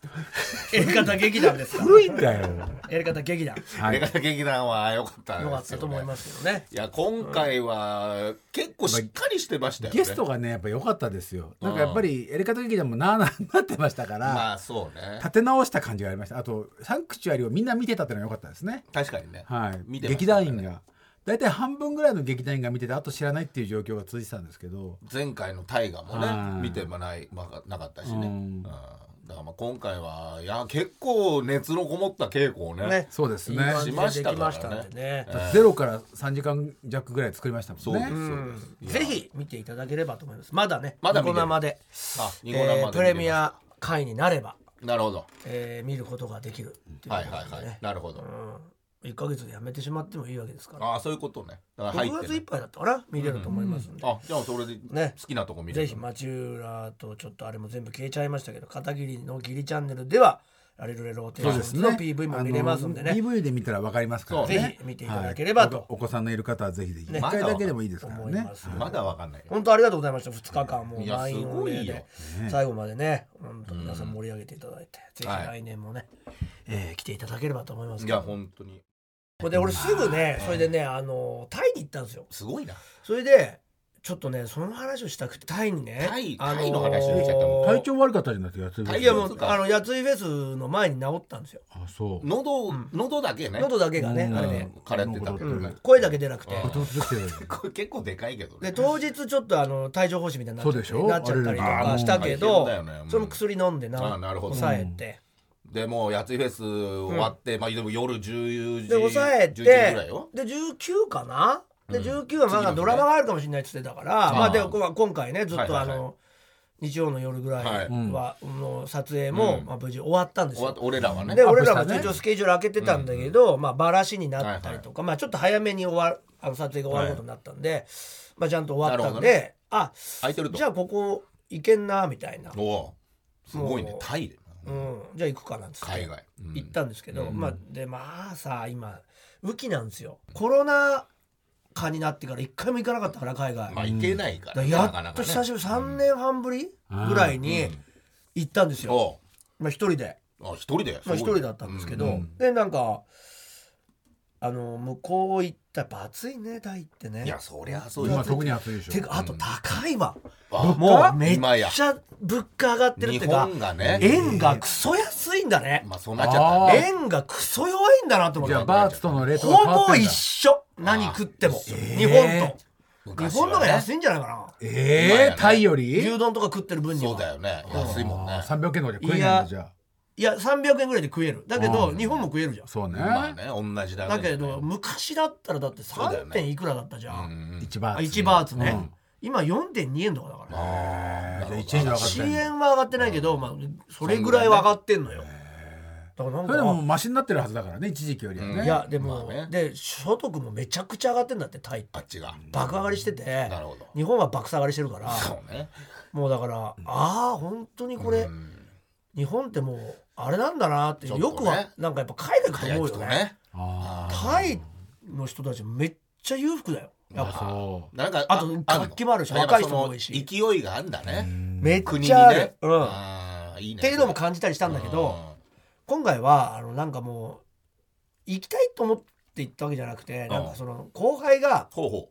Speaker 2: て
Speaker 1: やっぱりやり方劇団ですから
Speaker 3: 古いんだよ
Speaker 1: やり方劇団よ
Speaker 3: はい
Speaker 2: 映画劇団は良かったですよね
Speaker 1: かったと思いますけどね
Speaker 2: いや今回は結構しっかりしてましたよね、
Speaker 3: ゲストがねやっぱ良かったですよなんかやっぱりエレカト劇団もなあなあになってましたから
Speaker 2: まあそうね
Speaker 3: 立て直した感じがありましたあとサンクチュアリをみんな見てたってのが良かったですね
Speaker 2: 確かにね、
Speaker 3: はい
Speaker 2: 見てまし
Speaker 3: 劇
Speaker 2: たから
Speaker 3: 団
Speaker 2: ね
Speaker 3: 員が大体半分ぐらいの劇団員が見ててあと知らないっていう状況が続いてたんですけど
Speaker 2: 前回の大河も
Speaker 3: は
Speaker 2: ね
Speaker 3: い
Speaker 2: 見てもない、まあ、なかったしね、
Speaker 3: う
Speaker 2: うんんだからまあ今回はいや結構熱のこもった稽古をね
Speaker 1: ね
Speaker 3: そうです
Speaker 1: いい
Speaker 3: ね
Speaker 1: 感じでできましたんでね
Speaker 2: えー
Speaker 3: ゼロから3時間弱ぐらい作りましたも
Speaker 2: そうです、
Speaker 3: んね
Speaker 1: うん
Speaker 2: そうです
Speaker 1: ぜひ見ていただければと思いますまだね
Speaker 2: まだ
Speaker 1: ニ
Speaker 2: 見れ
Speaker 1: コ
Speaker 2: る
Speaker 1: 生で
Speaker 2: あニコ生で見れ
Speaker 1: え
Speaker 2: ま
Speaker 1: ー
Speaker 2: す
Speaker 1: プレミア会になれば
Speaker 2: なるほど
Speaker 1: えー見ることができるっていう
Speaker 2: は
Speaker 1: こ
Speaker 2: いはい
Speaker 1: と
Speaker 2: は
Speaker 1: で
Speaker 2: い、
Speaker 1: ね
Speaker 2: なるほど、
Speaker 1: 1か月でやめてしまってもいいわけですから
Speaker 2: ああそういうことねだから入
Speaker 1: 6
Speaker 2: って
Speaker 1: 月
Speaker 2: ね、
Speaker 1: いっぱいだったかな見れると思いますんで
Speaker 2: あじゃあそれで
Speaker 1: ね
Speaker 2: 好きなとこ見れ
Speaker 1: ぜ
Speaker 2: る
Speaker 1: ひ町浦とちょっとあれも全部消えちゃいましたけど片桐のギリチャンネルではラレルレローテーションズの PV も見れますんで
Speaker 3: あ
Speaker 1: ね
Speaker 3: の PV で見たらわかりますからね
Speaker 1: そうぜひ見ていただければと
Speaker 3: はいお子お子さんのいる方はぜひぜひ
Speaker 1: ね
Speaker 3: 一回だけでもいいですから
Speaker 1: 思い
Speaker 3: ね
Speaker 1: ます
Speaker 2: まだわかんないよ
Speaker 1: 本当ありがとうございました2日間もう
Speaker 2: いや
Speaker 1: 満員御礼
Speaker 2: すごいよ
Speaker 1: で
Speaker 2: ね
Speaker 1: 最後までね本当皆さん盛り上げていただいてぜひ
Speaker 2: はい
Speaker 1: 来年もねえー来ていただければと思います
Speaker 2: い
Speaker 1: け
Speaker 2: や
Speaker 1: ど
Speaker 2: 本当に
Speaker 1: これで俺すぐねそれでねあのタイに行ったんですよ
Speaker 2: すごいな
Speaker 1: それでちょっとねその話をしたくてタイにね
Speaker 2: タイ
Speaker 1: あ
Speaker 2: タイの話になっちゃったもん
Speaker 3: 体調悪かったじゃなくてやつ
Speaker 2: 体
Speaker 1: いや
Speaker 2: 調
Speaker 1: も
Speaker 2: 悪
Speaker 1: う
Speaker 2: か
Speaker 1: あのやついフェスの前に治ったんですよ
Speaker 3: あそう
Speaker 2: 喉、喉だけね
Speaker 1: 喉だけがね
Speaker 3: うん
Speaker 1: あれで
Speaker 2: 枯れてたけどね、
Speaker 1: 声だけ出なくて
Speaker 2: うん
Speaker 3: 突然ですよ
Speaker 2: これ 結構でかいけど
Speaker 1: で
Speaker 2: ね
Speaker 1: 当日ちょっとあの帯状疱疹みたいになっちゃっ
Speaker 3: そうで
Speaker 1: た
Speaker 3: し
Speaker 1: り
Speaker 3: ょ
Speaker 1: なっちゃったりと
Speaker 3: あれ
Speaker 1: か
Speaker 3: ね
Speaker 1: したけ
Speaker 2: あー
Speaker 1: ど
Speaker 2: 大変だよねうん
Speaker 1: その薬飲んで
Speaker 2: あ
Speaker 1: な
Speaker 2: ーなるほど
Speaker 1: 抑えて
Speaker 2: でもうやついフェス終わって、まあでも夜10時
Speaker 1: で抑え
Speaker 2: 11
Speaker 1: て
Speaker 2: 時ぐらいよ
Speaker 1: で19かなで19はま
Speaker 2: 次の日
Speaker 1: だ
Speaker 2: ね
Speaker 1: ドラマがあるかもしれないって言ってたから
Speaker 2: あー
Speaker 1: まあでこう今回ねずっと
Speaker 2: は
Speaker 1: あ
Speaker 2: いはいはい
Speaker 1: の日曜の夜ぐらい
Speaker 2: はい
Speaker 1: はの撮影もまあ無事終わったんです
Speaker 2: 終わ
Speaker 1: よ
Speaker 2: っ俺らはね
Speaker 1: で
Speaker 3: アッ
Speaker 1: 俺
Speaker 3: プし
Speaker 1: ら
Speaker 3: た
Speaker 1: も
Speaker 3: ね
Speaker 1: 一応スケジュール開けてたんだけど、まあバラシになったりとか、まあちょっと早めに終わるあの撮影が終わることになったんで、まあちゃんと終わったんで、
Speaker 2: な
Speaker 1: あ
Speaker 2: 空いてると
Speaker 1: じゃあここ行けんなみたいな、
Speaker 2: おおすごいね
Speaker 1: もう
Speaker 2: タイで
Speaker 1: うん、じゃあ行くかなんつって
Speaker 2: 海外、うん
Speaker 1: 行ったんですけど、まあでまあさ今雨季なんですよコロナ禍になってから一回も行かなかったから海外、
Speaker 2: まあ行けないから,、
Speaker 1: だから
Speaker 2: ね
Speaker 1: やっと久
Speaker 2: なかなかね
Speaker 1: しぶり3年半ぶりぐらいに行ったんですよ、
Speaker 2: お
Speaker 1: まあ一人で。
Speaker 2: うあ一人で、
Speaker 1: まあ、
Speaker 2: す
Speaker 1: 一
Speaker 2: ごい
Speaker 1: 人だったんですけど、でなんかあの向こう行ったらやっぱ暑いねタイってね
Speaker 2: いやそりゃそう
Speaker 3: 今
Speaker 2: よ
Speaker 3: 特に暑いでしょ
Speaker 1: てかあと高いわ、
Speaker 2: あ
Speaker 1: もうめっ
Speaker 2: 今や
Speaker 1: ちゃ物価上がってるっ
Speaker 2: 日
Speaker 1: てか
Speaker 2: 本がね
Speaker 1: 円がクソ安いんだね、
Speaker 2: まあそうなっちゃった
Speaker 3: あ
Speaker 2: ね
Speaker 1: 円がクソ弱いんだなと思っ
Speaker 3: じゃあ
Speaker 1: て
Speaker 3: バーツとのレートが変わ
Speaker 1: ほ
Speaker 3: って
Speaker 1: ぼ
Speaker 3: んだ
Speaker 1: 一緒何食っても、日本と、日本のが安
Speaker 2: い
Speaker 1: いんじゃないかな
Speaker 2: 今や
Speaker 3: ええ
Speaker 2: ね
Speaker 3: タイより
Speaker 1: 牛丼とか食ってる分には
Speaker 2: そうだよね安いもんね
Speaker 3: あ300円ので食えないんだじゃあ
Speaker 1: いや300円ぐらいで食えるだけど
Speaker 3: うん
Speaker 1: 日本も食えるじゃん
Speaker 3: そうね
Speaker 2: まあね同じだ
Speaker 1: だけど昔だったらだって
Speaker 2: そうだよ
Speaker 1: 3.
Speaker 2: ね
Speaker 1: 点いくらだったじゃん、
Speaker 3: 1バー
Speaker 1: あ
Speaker 3: ツ
Speaker 1: 1バーツね、今4.2円とかだから、
Speaker 3: えーじゃあ1円が上がった
Speaker 1: 1
Speaker 3: んだ
Speaker 1: 円は上がってないけど、まあ、それぐらいは上がってんのよ、だからなん
Speaker 3: それでも
Speaker 1: か
Speaker 3: マシになってるはずだからね一時期よりはね
Speaker 1: いやでも、
Speaker 2: まあね
Speaker 1: で所得もめちゃくちゃ上がってんだってタイって
Speaker 2: あっちが
Speaker 1: 爆上がりしてて
Speaker 2: なるほど
Speaker 1: 日本は爆下がりしてるから
Speaker 2: そうね
Speaker 1: もうだから、ああ本当にこれ、日本ってもうあれなんだなって
Speaker 2: ちょっとね
Speaker 1: よくはなんかやっぱ海外かと思う
Speaker 2: 早
Speaker 1: よ
Speaker 2: く
Speaker 1: ね
Speaker 2: とね
Speaker 3: あ
Speaker 1: タイの人たちめっちゃ裕福だよやっ
Speaker 3: あ
Speaker 1: ぱ、
Speaker 3: そう
Speaker 2: なんか
Speaker 1: あと活気もあるし
Speaker 2: やっぱ
Speaker 1: 若い人も多いし
Speaker 2: その勢いがあんだね
Speaker 1: めっ
Speaker 2: 国に
Speaker 1: ちゃある
Speaker 2: ね
Speaker 1: うん
Speaker 2: あーいいね
Speaker 1: っていうのも感じたりしたんだけど、今回はあのなんかもう行きたいと思って行ったわけじゃなくてなんかその後輩が
Speaker 2: ほうほ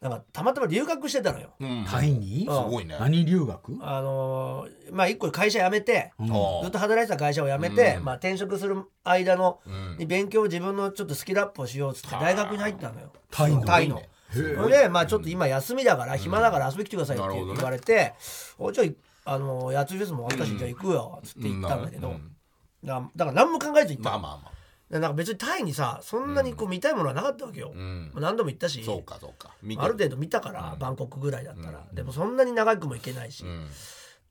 Speaker 1: なんかたまたま留学してたのよ。
Speaker 2: う。うん。
Speaker 3: タ
Speaker 2: す
Speaker 3: イに
Speaker 1: うん
Speaker 2: ごいね。
Speaker 3: 何留学
Speaker 1: あのーまあ一個会社辞めて
Speaker 3: うん
Speaker 2: あ
Speaker 1: ずっと働いてた会社を辞めて、
Speaker 2: うん
Speaker 1: まあ、転職する間の
Speaker 2: うん
Speaker 1: に勉強を自分のちょっとスキルアップをしようっつって大学に入ったのよ。
Speaker 3: タイの
Speaker 1: タイの
Speaker 3: へえ
Speaker 1: それで、まあ、ちょっと今休みだから、暇だから遊び来てくださいって
Speaker 2: なるほどね
Speaker 1: 言われて、おちょい、あの、やつフェスも終わったし、じゃあ行くよ、つって行ったんだけ
Speaker 2: う
Speaker 1: ど、
Speaker 2: ん
Speaker 1: なだから何も考えず行った。
Speaker 2: まあまあまあ。
Speaker 1: でなんか別にタイにさ、そんなにこう見たいものはなかったわけよ。
Speaker 2: うん。
Speaker 1: 何度も行ったし、
Speaker 2: そうかそうか。見て
Speaker 1: ある程度見たから、バンコクぐらいだったら。でもそんなに長くも行けないし
Speaker 2: う、ん。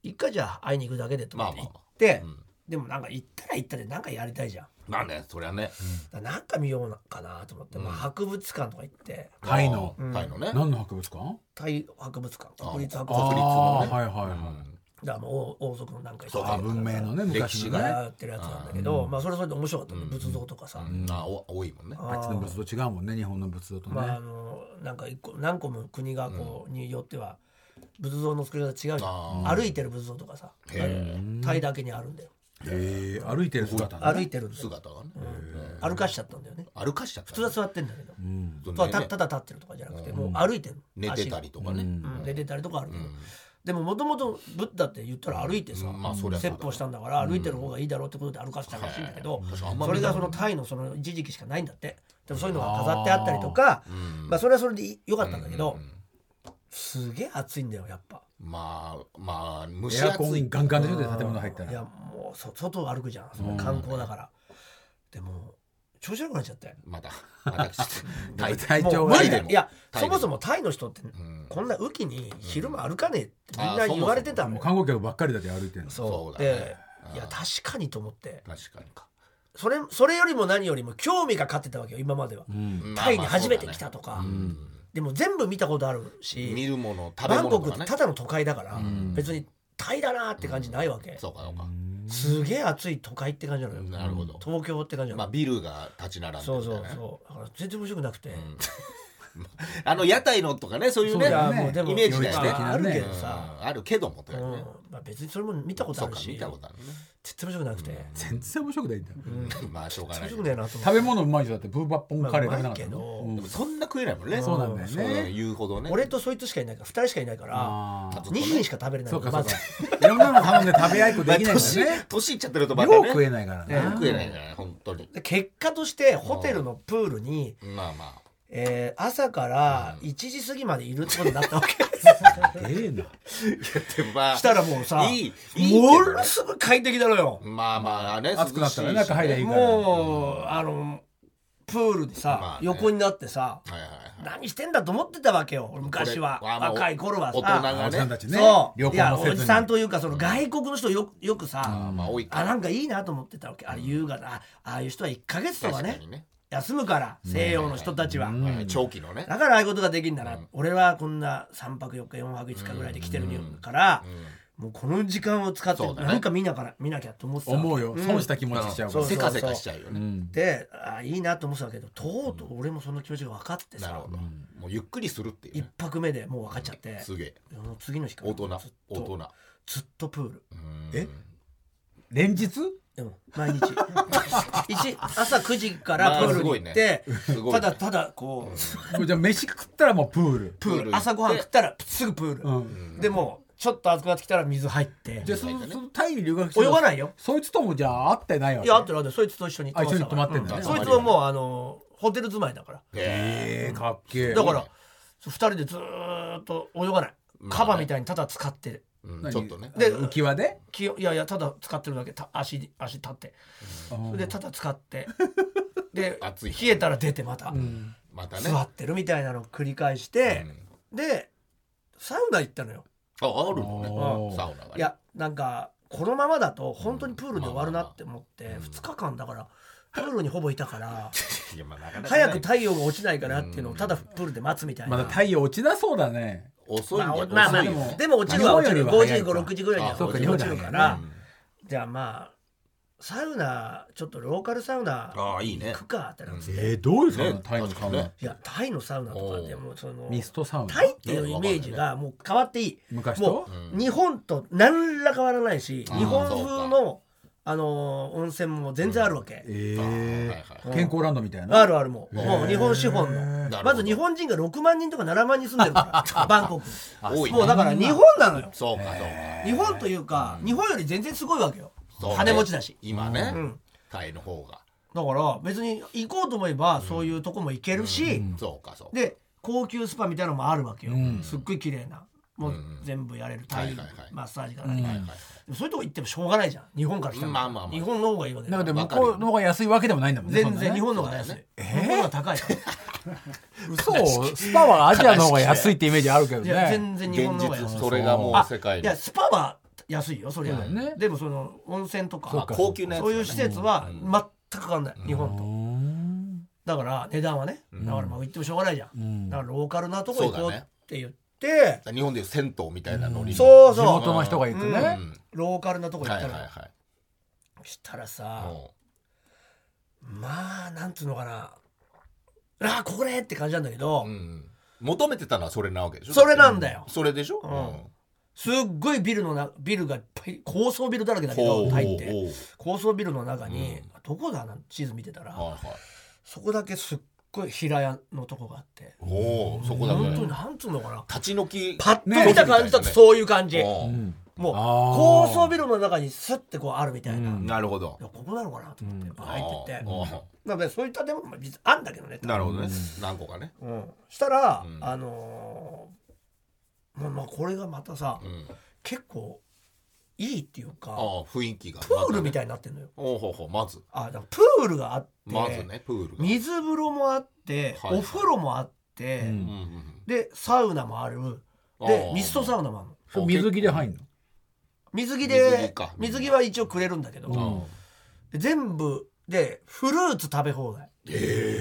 Speaker 1: 一回じゃあ会いに行くだけでと思って
Speaker 2: まあ
Speaker 1: 行
Speaker 2: まあまあ
Speaker 1: って
Speaker 2: うん、
Speaker 1: でもなんか行ったら行ったでなんかやりたいじゃん。
Speaker 2: まあね、そりゃね。
Speaker 1: だからなんか見ようかなと思って、まあ博物館とか行って、
Speaker 3: タイの
Speaker 2: うん。タイのね。
Speaker 3: 何の博物館
Speaker 1: タイ博物館、国立博
Speaker 2: あ
Speaker 1: 物
Speaker 2: ー
Speaker 1: 館。
Speaker 3: あ
Speaker 2: 国
Speaker 3: あ
Speaker 2: 立のね
Speaker 3: はいはいはい
Speaker 1: だからもう王王族のなんか
Speaker 2: そう
Speaker 3: あ文明のね
Speaker 2: 歴
Speaker 3: 昔
Speaker 2: 史
Speaker 3: の
Speaker 2: が
Speaker 3: ね
Speaker 1: やってるやつなんだけど、まあそれはそれで面白かったね、仏像とかさ、
Speaker 2: うんあ、お多いもんね。
Speaker 1: あ
Speaker 3: あっちの
Speaker 1: ー
Speaker 3: 仏像違うもんね日本の仏像とね、
Speaker 1: まああのなんか一個何個も国がこうによっては仏像の作り方違うじゃん
Speaker 2: あ
Speaker 1: 歩いてる仏像とかさ
Speaker 2: へえ。
Speaker 1: タイだけにあるんだよ
Speaker 3: へえ歩いてる姿ね
Speaker 1: 歩いてるんだよ
Speaker 2: 姿がね。
Speaker 1: 歩かしちゃったんだよね
Speaker 2: 歩かしちゃった。
Speaker 1: 普通は座ってんだけど、
Speaker 3: うん
Speaker 2: そうね
Speaker 1: とはたただ立ってるとかじゃなくて、もう歩いてる
Speaker 2: 寝てたりとかね。
Speaker 1: 足がうん、寝てたりとかあるけど、でももともとブッダって言ったら歩いてさ、
Speaker 2: うんまあそりゃそうだ
Speaker 1: 説法したんだから歩いてる方がいいだろうってことで歩かせたらしいんだけど、
Speaker 2: 確かにあんま
Speaker 1: それがそのタイのその一時期しかないんだってでもそういうのが飾ってあったりとかまあ、それはそれでよかったんだけど、すげえ暑いんだよやっぱ
Speaker 2: まあまあ蒸し
Speaker 3: エアコ
Speaker 2: 暑い
Speaker 3: ンガンガンでしょで建物入った
Speaker 1: いや
Speaker 3: ら
Speaker 1: もうそ外を歩くじゃんその観光だから、でも調子悪くなっちゃって
Speaker 2: またまた 来ちゃった大体
Speaker 3: 体
Speaker 1: も
Speaker 3: 調
Speaker 1: う
Speaker 3: 悪
Speaker 1: 無
Speaker 3: い
Speaker 1: 理
Speaker 2: タ
Speaker 1: だ
Speaker 2: イで
Speaker 1: よ
Speaker 2: も
Speaker 1: いや
Speaker 2: タイ
Speaker 1: そ
Speaker 2: でも
Speaker 1: もそもタイの人ってこんな雨季に昼間歩かねえってみん
Speaker 2: あ
Speaker 1: な
Speaker 2: そもそも
Speaker 1: 言われてたの
Speaker 3: もう観光客ばっかりだって歩いてるの
Speaker 1: そ
Speaker 2: そう
Speaker 1: う
Speaker 2: だね
Speaker 1: でいや確かにと思って
Speaker 2: 確かにか
Speaker 1: それそれよりも何よりも興味が勝ってたわけよ今までは、
Speaker 2: まあまあ
Speaker 1: タイに初めて来たとか、
Speaker 2: うん
Speaker 1: でも全部見たことあるし
Speaker 2: 見るもの食べ
Speaker 1: バンコ
Speaker 2: 物
Speaker 1: ク
Speaker 2: と
Speaker 1: っ
Speaker 2: か
Speaker 1: て
Speaker 2: ね
Speaker 1: ただの都会だから、別にタイだなって感じないわけ、
Speaker 2: そうかそうか
Speaker 1: すげえ暑い都会って感じなのよ、
Speaker 2: なるほど
Speaker 1: 東京って感じなの、
Speaker 2: まあビルが立ち並んで
Speaker 1: そう
Speaker 2: る
Speaker 1: そ
Speaker 2: み
Speaker 1: う
Speaker 2: たいなね
Speaker 1: そうだから全然面白くなくて、
Speaker 2: あの屋台のとかねそういうね
Speaker 1: いや
Speaker 3: だね
Speaker 1: もうでも
Speaker 2: イメージだよね
Speaker 1: まああるけど
Speaker 2: うん
Speaker 1: さ、
Speaker 2: あるけどもという
Speaker 1: うん
Speaker 2: ね
Speaker 1: まあ、別にそれも見たこと
Speaker 2: そ
Speaker 1: あ
Speaker 2: う
Speaker 1: る
Speaker 2: か
Speaker 1: し
Speaker 2: 見たことある
Speaker 1: 全然面白くなくて、
Speaker 3: 全然面白くないんだよ
Speaker 2: ねまあしょうがな
Speaker 1: 面
Speaker 2: い
Speaker 1: 白
Speaker 2: け
Speaker 1: く
Speaker 2: ど
Speaker 1: ねえ
Speaker 2: で
Speaker 1: なと思って
Speaker 3: 食べ物うまい人だってブーバッポンカレー食べなかった
Speaker 1: まあ
Speaker 3: の
Speaker 1: うまい
Speaker 2: もそんな食えないもんね
Speaker 3: そうなんだよ
Speaker 2: そう
Speaker 3: ね
Speaker 2: 言うほどね
Speaker 1: 俺とそいつしかいないから2人しかいないから
Speaker 3: ああ
Speaker 2: あ
Speaker 1: 2品しか食べれない
Speaker 3: そう
Speaker 1: の
Speaker 3: かそ
Speaker 1: ま
Speaker 3: う
Speaker 1: ず
Speaker 3: かいろんなの頼んで食べ合いっこできないか
Speaker 2: 年
Speaker 3: らね
Speaker 2: 年いっちゃってるとまたね
Speaker 3: 量食えないから
Speaker 2: 量
Speaker 3: ね
Speaker 2: 食えないからね本当に
Speaker 1: で結果としてホテルのプールに、
Speaker 2: まあまあ
Speaker 1: えー朝から1時過ぎまでいるってことになったわけ
Speaker 3: ええな
Speaker 2: でもまあ
Speaker 1: したらもうさ
Speaker 2: いいいいけど
Speaker 1: ものすごい快適なのよ
Speaker 2: まあまあね
Speaker 3: 暑くなったら
Speaker 2: 涼
Speaker 3: ね
Speaker 2: しいし
Speaker 3: 中入りゃいいから
Speaker 1: もうあのプールでさ、
Speaker 2: まあね
Speaker 1: 横になってさ
Speaker 2: はいはいはい
Speaker 1: 何してんだと思ってたわけよ俺昔は
Speaker 2: これあまあ
Speaker 1: 若い頃はさ
Speaker 2: 大人が
Speaker 3: あおじさんたちね
Speaker 1: そう
Speaker 3: 旅
Speaker 1: い
Speaker 3: 行
Speaker 1: や
Speaker 3: の
Speaker 1: お
Speaker 3: せず
Speaker 1: じ
Speaker 3: に
Speaker 1: さんというかその外国の人よよくさ、
Speaker 2: まあ多い
Speaker 1: あ
Speaker 2: か
Speaker 1: なんかいいなと思ってたわけあれ優雅なあああいう人は1か月とか
Speaker 2: 確か
Speaker 1: ね
Speaker 2: にね
Speaker 1: 休むから西洋の人たちは、
Speaker 2: はいはい長期のね
Speaker 1: だからああいうことができるんだな、俺はこんな3泊4日4泊5日ぐらいで来てるから、もうこの時間を使って
Speaker 2: そうだね
Speaker 1: なんか見ながら見なきゃと思ってたわけ
Speaker 3: 思うよ損した気持ちしちゃうか
Speaker 1: そ
Speaker 3: ら
Speaker 1: うそう
Speaker 2: せかせかしちゃうよ
Speaker 3: う
Speaker 2: ね
Speaker 3: ん
Speaker 1: でああいいなと思ってたけどとうとう俺もその気持ちが分かって
Speaker 2: なる
Speaker 1: さ
Speaker 2: ほどもうゆっくりするっていう
Speaker 1: 一
Speaker 2: ね
Speaker 1: 泊目でもう分かっちゃって
Speaker 2: すげえ
Speaker 1: もう次の日から
Speaker 2: 大人
Speaker 1: ずっ
Speaker 2: 大人
Speaker 1: とずっとプール
Speaker 3: え連日
Speaker 1: うん毎日 一朝9時からプールに行って、
Speaker 2: まあすごいねすごい
Speaker 1: た
Speaker 2: ね
Speaker 1: だただこう、
Speaker 3: じゃあ飯食ったらもうプール
Speaker 1: プー
Speaker 2: プール行
Speaker 1: ル
Speaker 2: って
Speaker 1: 朝ごはん食ったらすぐプール、
Speaker 3: うん
Speaker 1: でもうちょっと暑くなってきたら水入って
Speaker 3: じゃあそのそのタイに留学して
Speaker 1: 泳がないよ
Speaker 3: そいつともじゃあ会ってないわ
Speaker 1: い
Speaker 3: け
Speaker 1: や、あってるあってる、そいつと一緒に
Speaker 3: あ一緒に
Speaker 1: 泊まって
Speaker 3: 泊まって
Speaker 1: た
Speaker 3: んだ
Speaker 1: か
Speaker 3: ね
Speaker 1: らうんそいつはもう、あの、ホテル住まいだから。
Speaker 2: え
Speaker 3: ええかっけえ
Speaker 1: だから、二人でずーっと泳がない。カバみたいにただ使ってる。
Speaker 2: うんちょっとね
Speaker 1: で
Speaker 3: で浮き輪で
Speaker 1: きよいやいや、ただ使ってるだけ、た足、足立って。それで、ただ使 って。で、
Speaker 2: 暑い
Speaker 1: 冷えたら出てまた、
Speaker 2: またね
Speaker 1: 座ってるみたいなのを繰り返して、で、サウナ行ったのよ。
Speaker 2: ああるの
Speaker 3: う
Speaker 2: ね
Speaker 3: ん
Speaker 2: サウナがね
Speaker 1: いや、なんか、このままだと本当にプールで終わるなって思って、二日間だから、プールにほぼいた から、
Speaker 2: いやまあなかなかね
Speaker 1: 早く太陽が落ちないかなっていうのをただプールで待つみたい
Speaker 3: まだ
Speaker 1: な。
Speaker 3: 太陽落ちなそうだね
Speaker 2: 遅い
Speaker 1: ま
Speaker 2: ん
Speaker 1: あお
Speaker 2: だよ
Speaker 1: まあまあ
Speaker 2: 遅いよね
Speaker 1: でも落ちるは落ちる
Speaker 3: 日本よりは早いか
Speaker 1: 556時ぐらいには
Speaker 2: あそう
Speaker 3: か
Speaker 1: 落ちる
Speaker 3: 日
Speaker 1: か
Speaker 3: 本
Speaker 1: ら、
Speaker 2: うん
Speaker 1: じゃあまあサウナちょっとローカルサウナ
Speaker 2: ああいいね
Speaker 1: 行くかってなって、
Speaker 3: えー、どういうサウナ、
Speaker 2: ね
Speaker 3: タイのサウナ、
Speaker 2: 確か
Speaker 1: いやタイのサウナとかで
Speaker 2: おう
Speaker 1: もその
Speaker 3: ミストサウナ
Speaker 1: タイっていうイメージがもう変わっていい
Speaker 3: 昔と
Speaker 1: もう日本と何ら変わらないし
Speaker 2: あー
Speaker 1: 日本風のあのー温泉も全然あるわけ、
Speaker 3: え
Speaker 2: はいはい
Speaker 3: ー、健康ランドみたいな。
Speaker 1: あるあるもうもう日本資本
Speaker 2: るほ
Speaker 1: の
Speaker 2: ど
Speaker 1: まず日本人が6万人とか7万人住んでるからバンコ
Speaker 2: あ
Speaker 1: ク
Speaker 2: 多いね
Speaker 1: もうだから日本なのよ
Speaker 2: そうかそうか
Speaker 1: 日本というか日本より全然すごいわけよ
Speaker 2: そうね
Speaker 1: 金持ちだし
Speaker 2: 今ね
Speaker 1: うん
Speaker 2: タイの方が
Speaker 1: だから別に行こうと思えばそういうとこも行けるし、
Speaker 2: そうかそうか
Speaker 1: で高級スパみたいなのもあるわけよ、
Speaker 3: うん
Speaker 1: すっごい綺麗なもう全部やれるタ
Speaker 2: は
Speaker 1: イ
Speaker 2: いはいはい
Speaker 1: マッサージから何から
Speaker 2: はいはい
Speaker 1: そういうとこ行ってもしょうがないじゃん日本からしたら、
Speaker 2: まあまあまあ
Speaker 1: 日本の方がいいわけだ
Speaker 3: なん
Speaker 1: よ
Speaker 3: かでも向こうの方が安いわけでもないんだもんね。
Speaker 1: 全然日本の方が安い、日本の方が高いから
Speaker 3: そんなね。嘘。スパはアジアの方が安いってイメージあるけど
Speaker 1: いや
Speaker 3: ね。
Speaker 1: 全然日本
Speaker 2: 現
Speaker 1: の方が安い
Speaker 2: 実それがもう世界
Speaker 1: いや
Speaker 2: の
Speaker 1: スパは安いよそりゃ、
Speaker 3: そうだよね
Speaker 1: でもその温泉とか
Speaker 3: そう
Speaker 1: そ
Speaker 3: か
Speaker 2: 高級なやつ
Speaker 1: ういう施設は
Speaker 2: うん
Speaker 1: 全く変わんない、日本
Speaker 3: うー
Speaker 1: と
Speaker 3: ん
Speaker 1: だから値段はねだからまあ行ってもしょうがないじゃん、
Speaker 3: うん
Speaker 1: だからローカルなとこ行
Speaker 2: そ
Speaker 1: こ
Speaker 2: う
Speaker 1: う
Speaker 2: だ
Speaker 1: っ
Speaker 2: ね
Speaker 1: て言って
Speaker 2: 日本でいう銭湯みたいなノリの
Speaker 1: そう
Speaker 3: 地
Speaker 1: そう
Speaker 3: 元の人が行く
Speaker 2: うん
Speaker 3: ね。
Speaker 1: ローカルなとこ行っ
Speaker 2: はい
Speaker 1: た
Speaker 2: はい
Speaker 1: ら、
Speaker 2: はい
Speaker 1: したらさ
Speaker 2: も
Speaker 1: まあなんつうのかなあーこれって感じなんだけど、
Speaker 2: ううん求めてたのはそれなわけでしょ
Speaker 1: それなんだよ
Speaker 2: それでしょ
Speaker 1: んすっごいビルのなビルがいっぱい高層ビルだらけだけ
Speaker 2: ほ
Speaker 1: ど
Speaker 2: う
Speaker 1: 入っ
Speaker 2: ほう
Speaker 1: て
Speaker 2: ほう
Speaker 1: 高層ビルの中に、
Speaker 2: うん
Speaker 1: どこだな地図見てたら、
Speaker 2: はいはい
Speaker 1: そこだけすっごい平屋のとこがあって
Speaker 2: おおそこだけ
Speaker 1: 本当になんつうのかな
Speaker 2: 立ち退き
Speaker 1: パッ
Speaker 3: ね
Speaker 1: と見た感じだとそういう感じ、
Speaker 2: おう
Speaker 3: うん
Speaker 1: もう
Speaker 3: あー
Speaker 1: 高層ビルの中にスッてこうあるみたいな、
Speaker 3: うん
Speaker 1: い
Speaker 2: なるほど
Speaker 1: やここなのかなと思って、
Speaker 3: うん
Speaker 1: 入ってって
Speaker 2: おう
Speaker 1: なのでそういった建物も実はあるんだけどね
Speaker 2: なるほどね何個かね
Speaker 1: うん、したら、
Speaker 2: うん
Speaker 1: あのーまあまあこれがまたさ、
Speaker 2: うん
Speaker 1: 結構いいっていうか
Speaker 2: ああ雰囲気が
Speaker 1: プールみた
Speaker 2: い
Speaker 1: いになってんのよ、
Speaker 2: おうほうほうまず
Speaker 1: あだからプールがあって、
Speaker 2: まずねプールが
Speaker 1: 水風呂もあって、
Speaker 2: はいはい
Speaker 1: お風呂もあって、
Speaker 3: うん
Speaker 2: うんうん
Speaker 1: でサウナもある
Speaker 2: あ
Speaker 1: で
Speaker 2: あ
Speaker 1: ミストサウナもあるの
Speaker 3: それ水着で入んの
Speaker 1: 水着
Speaker 2: 水着
Speaker 1: で
Speaker 2: か
Speaker 1: 水着は一応くれるんだけど、
Speaker 2: うん
Speaker 1: で全部でフルーツ食べ放題、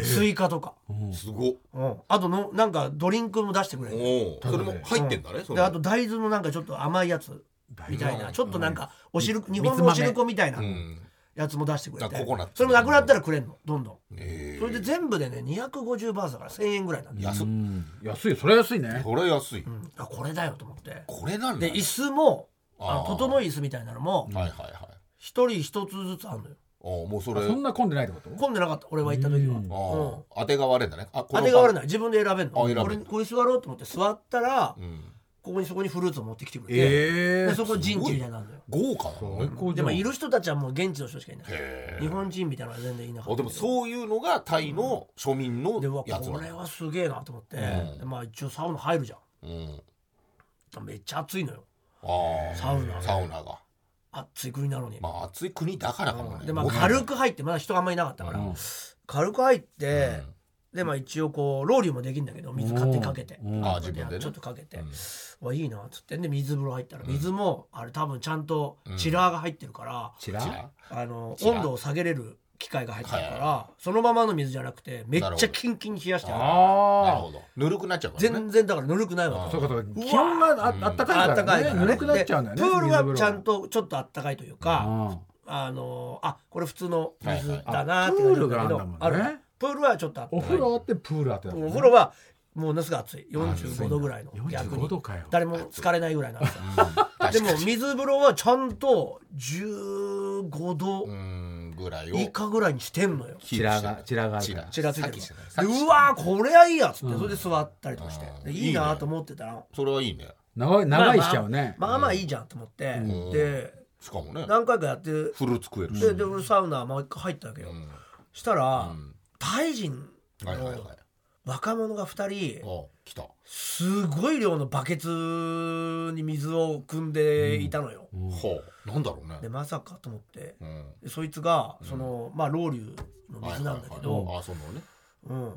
Speaker 1: スイカとか、
Speaker 2: すごっ
Speaker 1: うん、あとのなんかドリンクも出してくれる
Speaker 2: おお
Speaker 3: ただね
Speaker 2: それも入ってんだねそれ
Speaker 1: であと大豆のなんかちょっと甘いやつみたいなちょっとなんかお汁日本のお汁粉みたいな
Speaker 2: うん
Speaker 1: やつも出してくれ
Speaker 2: だから
Speaker 1: て
Speaker 2: ココナッツ
Speaker 1: それもなくなったらくれんのどんどん
Speaker 2: え
Speaker 1: それで全部でね250バーツだから1000円ぐらいなんだよ、
Speaker 2: 安っ
Speaker 3: うん安い、それは安いね。
Speaker 2: これ安い
Speaker 1: うんあこれだよと思って
Speaker 2: これなんだ
Speaker 1: で
Speaker 2: ね
Speaker 1: 椅子もあの
Speaker 2: あー
Speaker 1: 整い椅子みたいなのも
Speaker 2: はいはいはい
Speaker 1: 一人一つずつあるのよ
Speaker 2: おもうそれ
Speaker 3: そんな混んでないってこと
Speaker 1: 混んでなかった俺は行った時は、
Speaker 3: う
Speaker 1: うんん、
Speaker 2: あー当てがわれんだねあ
Speaker 1: 当てが悪
Speaker 2: ない
Speaker 1: ない自分で選べんの
Speaker 2: あ選べんの
Speaker 1: 俺これ座ろうと思って座ったら、
Speaker 2: うん
Speaker 1: ここにそこにフルーツを持ってきてくれて、
Speaker 3: え
Speaker 1: で
Speaker 3: え。
Speaker 1: そこ人気みたいなのあるのよ
Speaker 2: 豪華だね
Speaker 3: 最高じ
Speaker 1: で
Speaker 3: ゃん
Speaker 1: もいる人たちはもう現地の人しかいない
Speaker 2: へー
Speaker 1: 日本人みたいなのは全然いなかっ
Speaker 2: あ
Speaker 1: た
Speaker 2: でもそういうのがタイの庶民の
Speaker 1: でうわ
Speaker 2: やつ
Speaker 1: これ
Speaker 2: だ
Speaker 1: はすげえなと思って、
Speaker 2: うん
Speaker 1: でまあ一応サウナ入るじゃ
Speaker 2: うん
Speaker 1: んめっちゃ暑いのよ
Speaker 2: ああ
Speaker 1: サウナ
Speaker 2: サウナが
Speaker 1: 暑い国なのに、
Speaker 2: まあ暑い国だからかもね
Speaker 1: でまあ
Speaker 2: 僕
Speaker 1: 軽く入ってまだ人があんまりいなかったから、
Speaker 3: うん
Speaker 1: 軽く入っ
Speaker 2: う
Speaker 1: て、でまあ一応こうロウリュもできるんだけど水勝手にかけて、
Speaker 3: うん
Speaker 2: んああ自分でね
Speaker 1: ちょっとかけて、
Speaker 2: うん
Speaker 1: わいいなっつってで水風呂入ったら水もあれ多分ちゃんとチラーが入ってるから、
Speaker 3: チ
Speaker 2: こち
Speaker 3: ラ
Speaker 2: ら
Speaker 1: あの
Speaker 2: チラー
Speaker 1: 温度を下げれる機械が入ってるから、
Speaker 2: はい
Speaker 1: そのままの水じゃなくてめっ
Speaker 2: なるほ
Speaker 1: ちゃ
Speaker 2: ど
Speaker 1: キンキンに冷やしてある
Speaker 2: なる
Speaker 3: あ
Speaker 2: ほどぬるくなっちゃうからね
Speaker 1: 全然だからぬるくないわけ
Speaker 2: あ
Speaker 3: そうかそうか気温がああったか
Speaker 1: あ
Speaker 3: い
Speaker 1: った
Speaker 3: か
Speaker 1: からい
Speaker 3: ね
Speaker 1: から
Speaker 3: ぬるくなっちゃうんだよね
Speaker 1: でプールはちゃん
Speaker 3: と
Speaker 1: とちょっとあったかいというかあのあこれ普通の水だな
Speaker 3: あ
Speaker 1: っ
Speaker 3: プ
Speaker 1: て
Speaker 3: ー
Speaker 1: 感
Speaker 3: ル
Speaker 1: じ
Speaker 3: が
Speaker 1: だけ
Speaker 3: あんだ
Speaker 1: ど
Speaker 3: もんね
Speaker 1: あるプールはちょっとあった
Speaker 3: お風呂あってプールあってだもんね
Speaker 1: お風呂はもうなすが暑い45度ぐらいの逆
Speaker 3: 45
Speaker 1: に
Speaker 3: 度かよ
Speaker 1: 誰も疲れないぐらいなんですよ
Speaker 2: 確
Speaker 1: で
Speaker 2: か
Speaker 1: も水風呂はちゃんと15度
Speaker 2: うーんぐらいを
Speaker 1: 以下ぐらいにしてんのよ
Speaker 2: キープしてない
Speaker 3: チラがチ
Speaker 2: チ
Speaker 3: ラがあるから
Speaker 2: ラ
Speaker 1: ちらついて
Speaker 2: さ
Speaker 1: る
Speaker 2: っきしてないさ
Speaker 1: の
Speaker 2: っき
Speaker 1: で
Speaker 2: してないう
Speaker 1: わーこれはいいやっつって
Speaker 3: うん
Speaker 1: それで座ったりとかして
Speaker 2: あー
Speaker 1: で
Speaker 2: いいね
Speaker 1: いいなと思ってたら
Speaker 2: それはいいね
Speaker 3: 長い長いしちゃうね
Speaker 1: まあまあまあいいじゃんと思って
Speaker 2: ん
Speaker 1: で
Speaker 2: しかもね
Speaker 1: 何回かやって
Speaker 2: フルーツ食えるし
Speaker 1: でで俺サウナもう一回入ったわけよ、
Speaker 2: うん
Speaker 1: したら、
Speaker 2: うん
Speaker 1: タイ人
Speaker 2: はいはいはい
Speaker 1: の若者が2人
Speaker 2: あ来たは
Speaker 1: すごい量のバケツに水を汲んでいたのよ、
Speaker 2: あなんだろう
Speaker 1: で
Speaker 2: ね
Speaker 1: まさかと思って
Speaker 2: うん
Speaker 1: でそいつがその、まあロウリュの水なんだけど、
Speaker 2: はいはいはいあそのね
Speaker 1: うん、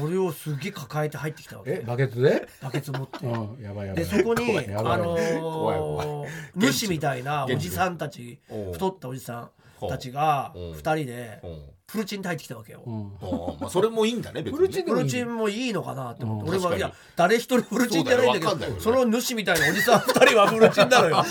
Speaker 1: それをすげえ抱えて入ってきたわ
Speaker 3: え
Speaker 1: け
Speaker 3: バケツで
Speaker 1: バケツ持って。
Speaker 3: うんやばいやば
Speaker 1: で
Speaker 3: い
Speaker 1: そこに
Speaker 2: 怖い
Speaker 1: あ
Speaker 2: や
Speaker 3: ばい
Speaker 1: の
Speaker 2: 怖い怖
Speaker 1: ー主みたいなおじさんたち
Speaker 2: おう
Speaker 1: 太ったおじさんたちが
Speaker 2: おう
Speaker 1: 2人で
Speaker 2: うん
Speaker 1: プルチンで入ってきたわけよ。
Speaker 3: う
Speaker 2: あ
Speaker 3: ん
Speaker 2: あまあそれもいいんだね別に
Speaker 3: フルチン
Speaker 1: フルチンもいいのかなって思って、
Speaker 2: うん
Speaker 1: 俺
Speaker 2: 確か
Speaker 1: は
Speaker 2: に
Speaker 1: いや誰一人フルチンじゃないんだけどそ
Speaker 2: そ
Speaker 1: う
Speaker 2: だよわかんない
Speaker 1: の主みたいなおじさん2人はフルチンなの よ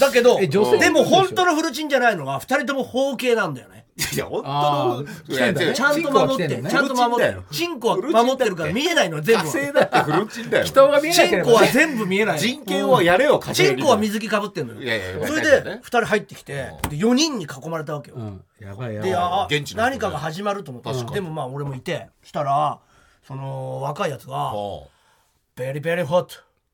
Speaker 1: だけど
Speaker 3: え女性
Speaker 1: でも
Speaker 3: もそうでし
Speaker 1: 本
Speaker 3: ょ
Speaker 1: 当のフルチンじゃないのは2人とも包茎なんだよね
Speaker 2: いや、本
Speaker 3: あ
Speaker 2: 当
Speaker 3: ー
Speaker 2: の、
Speaker 3: 来てんだね
Speaker 2: いや違う
Speaker 4: ちゃんと守っ
Speaker 3: チンコは来てん
Speaker 4: て
Speaker 3: のね
Speaker 4: ちゃんと守っ
Speaker 2: フルチンだよ
Speaker 4: てチンコは守ってるから見えないの全
Speaker 2: 火
Speaker 4: 部
Speaker 2: 星だってフルチンだよ。
Speaker 3: 人が見えなけ
Speaker 1: チ
Speaker 3: れ
Speaker 1: ン
Speaker 3: ば
Speaker 1: コは全部見えない
Speaker 2: 人権をやれよ、火星
Speaker 1: チ
Speaker 2: に
Speaker 1: ンコは水着かぶってんのよ
Speaker 2: いやいやいや
Speaker 1: それ
Speaker 2: わかるよ
Speaker 1: で
Speaker 2: ね
Speaker 1: 2人入ってきてで4人に囲まれたわけよ、
Speaker 3: うんやばいやばい
Speaker 1: であ
Speaker 2: 現地の人ね
Speaker 1: 何かが始まると思
Speaker 2: 確
Speaker 1: っ
Speaker 2: か
Speaker 1: て
Speaker 2: に
Speaker 1: でもまあ俺もいてしたらその若いやつが
Speaker 2: あ
Speaker 1: 「ベリベリホッ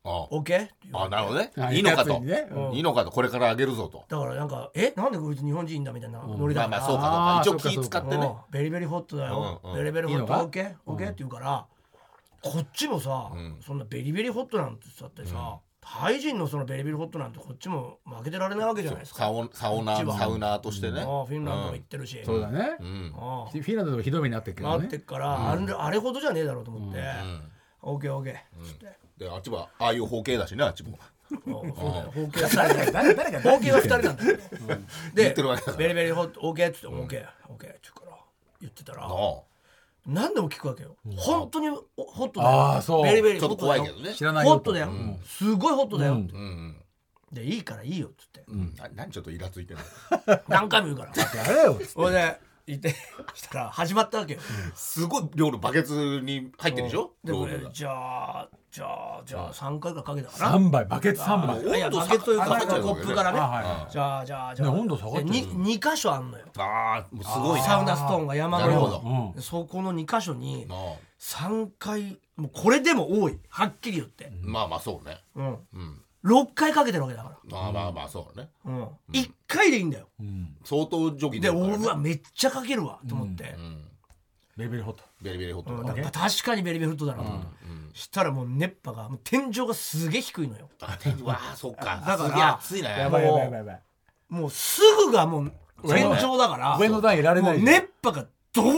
Speaker 2: あ
Speaker 1: ト OK?」って言う
Speaker 2: ああ、なるほどね
Speaker 3: あ。
Speaker 2: いいのかと。
Speaker 3: いいやつにね
Speaker 2: いいのかと、これからあげるぞと。
Speaker 1: だからなんか「えなんでこいつ日本人だ?」みたいなノリだ
Speaker 2: ま
Speaker 1: か
Speaker 2: あま
Speaker 1: ら
Speaker 2: あ、そうかそう
Speaker 3: あー
Speaker 2: か。一応気使ってね。
Speaker 1: うんベリベリホットだよ、
Speaker 2: うんうん
Speaker 1: ベリベリホ
Speaker 3: いい
Speaker 1: ッ
Speaker 3: の
Speaker 1: ト
Speaker 3: か
Speaker 1: OKOK、オッケーって言うからこっちもさ、そんなベリベリホットなんてさってさ、タイ人のそのベリベリホットなんてこっちも負けてられないわけじゃないですか、
Speaker 2: サオサウナ
Speaker 1: こっちは
Speaker 2: サウナーとしてね。
Speaker 1: ああフィンランドも行ってるし、
Speaker 3: そうだね
Speaker 2: うん。
Speaker 1: ああ
Speaker 3: フィンランドでもひどい目になってるけど
Speaker 1: 回って
Speaker 3: ね
Speaker 1: っから、あれあれほどじゃねえだろうと思って「オーケーオーケー」つって。
Speaker 2: で、あっちは、ああいう方形だしね、あっちも。
Speaker 1: そうだよ包茎は2人だよ
Speaker 3: 誰が
Speaker 1: 包茎は2人なんだよ
Speaker 2: 言
Speaker 1: で
Speaker 2: ってるわけだから
Speaker 1: ベリベリホット OK っつって OK OK って言うから言ってたら
Speaker 2: ああ。
Speaker 1: 何でも聞くわけよ本当にホット
Speaker 3: あ
Speaker 1: だ
Speaker 3: ーそ
Speaker 1: よ
Speaker 3: う
Speaker 1: ベリベリ
Speaker 2: ちょ
Speaker 1: ホ
Speaker 2: っ
Speaker 1: ッ
Speaker 2: と
Speaker 1: トだ
Speaker 2: 怖い
Speaker 1: よ
Speaker 2: けどね。
Speaker 3: 知らない
Speaker 1: ホ
Speaker 3: よ
Speaker 1: ットだよすごいホットだよって
Speaker 2: うん
Speaker 1: でいいからいいよっつって
Speaker 2: うん。ななんちょっとイラついてる。
Speaker 1: 何回も言う から
Speaker 3: やれよ
Speaker 1: それでいてしたら始まったわけよ
Speaker 2: すごい量のバケツに入ってるでしょ
Speaker 1: で
Speaker 2: ロ
Speaker 1: こ
Speaker 2: ー
Speaker 1: れ
Speaker 2: ルが。
Speaker 1: じゃあじゃあじゃあ3回からかけたかな
Speaker 3: 三杯バケツ三杯
Speaker 1: いやバケツというか
Speaker 2: 温度下がっちゃう
Speaker 1: コッ
Speaker 2: わけね
Speaker 1: プから
Speaker 3: あ
Speaker 1: ね
Speaker 3: は
Speaker 1: じゃあじゃあじゃあ
Speaker 3: ね温度下がってる
Speaker 1: 2箇所あんのよ
Speaker 2: ああ、もうすごいね
Speaker 1: サウナストーンが山のよ
Speaker 2: なる
Speaker 1: う
Speaker 2: ほ
Speaker 1: に
Speaker 3: どうん
Speaker 1: でそこの2箇所に
Speaker 2: なあ
Speaker 1: 3回もうこれでも多いはっきり言って、
Speaker 2: まあまあそうね。
Speaker 1: うん
Speaker 2: うん。
Speaker 1: 6回かけてるわけだか
Speaker 2: まあまあまあそうね。
Speaker 1: ら、うん1回でいいんだよ
Speaker 3: いうん
Speaker 2: 相当ジョギング
Speaker 1: で
Speaker 2: だからね
Speaker 1: うわめっちゃかけるわと思って、
Speaker 2: うん。
Speaker 3: レベルホット
Speaker 2: ベリベリホット
Speaker 1: うん
Speaker 2: だ
Speaker 1: だから確かにベリベリフットだなと思って、したらもう熱波がもう天井がすげえ低いのよ
Speaker 2: あで うわあ、そっか。
Speaker 1: だから
Speaker 2: すげえ暑いね。
Speaker 3: やばいやばいやばい
Speaker 1: もうすぐがもう天井だから
Speaker 3: 上の段いられ
Speaker 1: も
Speaker 3: な
Speaker 1: う
Speaker 3: い
Speaker 1: 熱波がドワー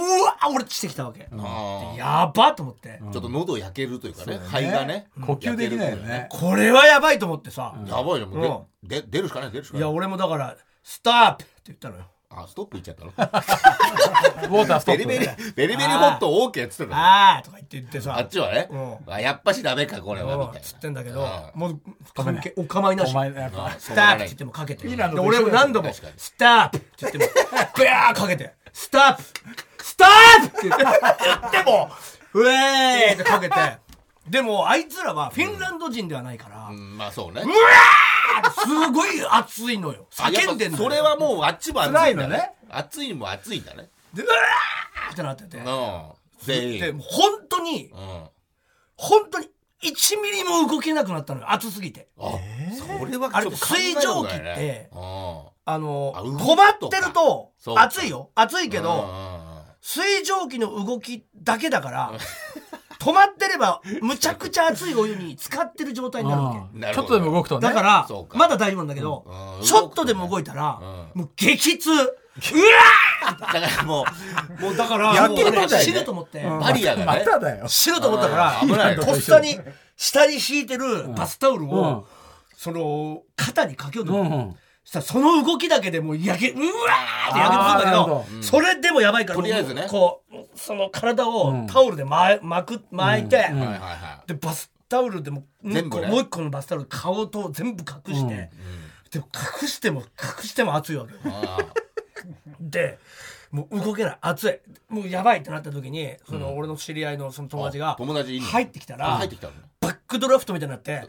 Speaker 1: 落ちてきたわけ、
Speaker 2: あ
Speaker 1: やばと思って、
Speaker 2: あちょっと喉焼けるというかね、肺がね。
Speaker 3: 呼吸できないよね
Speaker 1: これはやばいと思ってさ、
Speaker 2: やばいよ、もうで、で出るしかない、出るしか
Speaker 1: いや
Speaker 2: ない。
Speaker 1: 俺もだから「ストップ!」って言ったのよ
Speaker 2: あ、ストップいっちゃった の。
Speaker 3: ウォータースト
Speaker 2: ベリ
Speaker 3: ップ
Speaker 2: ベリ、ベリベリホット OK っつってたの。
Speaker 1: あーとか言って言ってさ、
Speaker 2: あっちはね
Speaker 1: う、
Speaker 2: あやっぱしダメか、これはみ
Speaker 1: うん
Speaker 2: たいな。
Speaker 1: つってんだけど
Speaker 2: あ、
Speaker 1: もう関係お構いなし。
Speaker 3: お前やっぱ
Speaker 2: あ
Speaker 1: ス
Speaker 2: そ
Speaker 1: タープっ
Speaker 2: うならな
Speaker 1: て
Speaker 2: い
Speaker 1: 言ってもかけて。
Speaker 3: フ
Speaker 1: で
Speaker 3: ィンランドと一緒
Speaker 1: 俺
Speaker 3: だよ
Speaker 1: も何度も
Speaker 2: 確かに
Speaker 1: スタープって言 っても、ブヤーかけて、スタープスタープって言って言っても、ウェーイってかけて。でもあいつらはフィンランド人ではないから、
Speaker 2: うんまあそうね。
Speaker 1: すごい熱いのよ。叫んでんのよ。
Speaker 2: それはもうあっちも暑いんだ
Speaker 3: 辛いのね
Speaker 2: ね。暑いにも暑いんだね。
Speaker 1: で、うわーってなってて。
Speaker 2: うん。全
Speaker 1: で、
Speaker 2: 員。
Speaker 1: もう本当に
Speaker 2: う、ん。
Speaker 1: 本当に1ミリも動けなくなったのよ。熱すぎて。
Speaker 2: あ、それは
Speaker 1: あれ
Speaker 2: ちょっと考えた方がいい
Speaker 1: 水蒸気って
Speaker 2: ねうん
Speaker 1: あの
Speaker 2: あ動くとか
Speaker 1: 困ってると
Speaker 2: そうか
Speaker 1: 熱いよ熱いけ
Speaker 2: うんう
Speaker 1: ど
Speaker 2: んうん
Speaker 1: 水蒸気の動きだけだから 止まってればむちゃくちゃ熱いお湯に浸かってる状態になるわ
Speaker 3: う
Speaker 1: け
Speaker 3: ん
Speaker 2: なる
Speaker 3: ちょ
Speaker 2: ほ
Speaker 3: っ
Speaker 2: ど
Speaker 3: とでも動くとね
Speaker 1: だから
Speaker 2: そうか
Speaker 1: まだ大丈夫なんだけど
Speaker 2: うんうん
Speaker 1: ちょっとでも動いたら
Speaker 2: う
Speaker 1: もう激痛うわ
Speaker 2: だから もう、もうだから、
Speaker 1: ー
Speaker 3: やっ
Speaker 1: も
Speaker 3: と
Speaker 1: う
Speaker 3: だよね
Speaker 1: 俺死ぬと思って
Speaker 2: バリアが
Speaker 3: ま
Speaker 2: ね。
Speaker 3: ただよ
Speaker 1: 死ぬと思った
Speaker 2: あー危
Speaker 1: か
Speaker 2: な
Speaker 1: ら
Speaker 2: いよ
Speaker 1: とっさに下に敷いてるバスタオル
Speaker 3: うん
Speaker 1: をその肩にかけようと
Speaker 3: うんう
Speaker 1: 思って
Speaker 3: ん
Speaker 1: したらその動きだけでもうやけうわーってやけどするんだけ
Speaker 3: あーなる
Speaker 1: ど
Speaker 3: ほど
Speaker 1: それでもやばいから
Speaker 2: とりあえずね
Speaker 1: こうその体
Speaker 3: う
Speaker 1: を
Speaker 3: ん
Speaker 1: タオルで巻巻く巻いて、
Speaker 2: はいはいは
Speaker 1: でバスタオルでもう
Speaker 2: 全部ね
Speaker 1: もう一個のバスタオル顔と全部隠して、でも隠しても隠しても熱いわけよ
Speaker 2: い。あー
Speaker 1: でもう動けない熱いもうやばいってなった時にその俺の知り合いのその友達が
Speaker 2: あ友達いいの
Speaker 1: 入ってきたら
Speaker 2: 入ってきたのね
Speaker 1: バックドラフトみたいにな って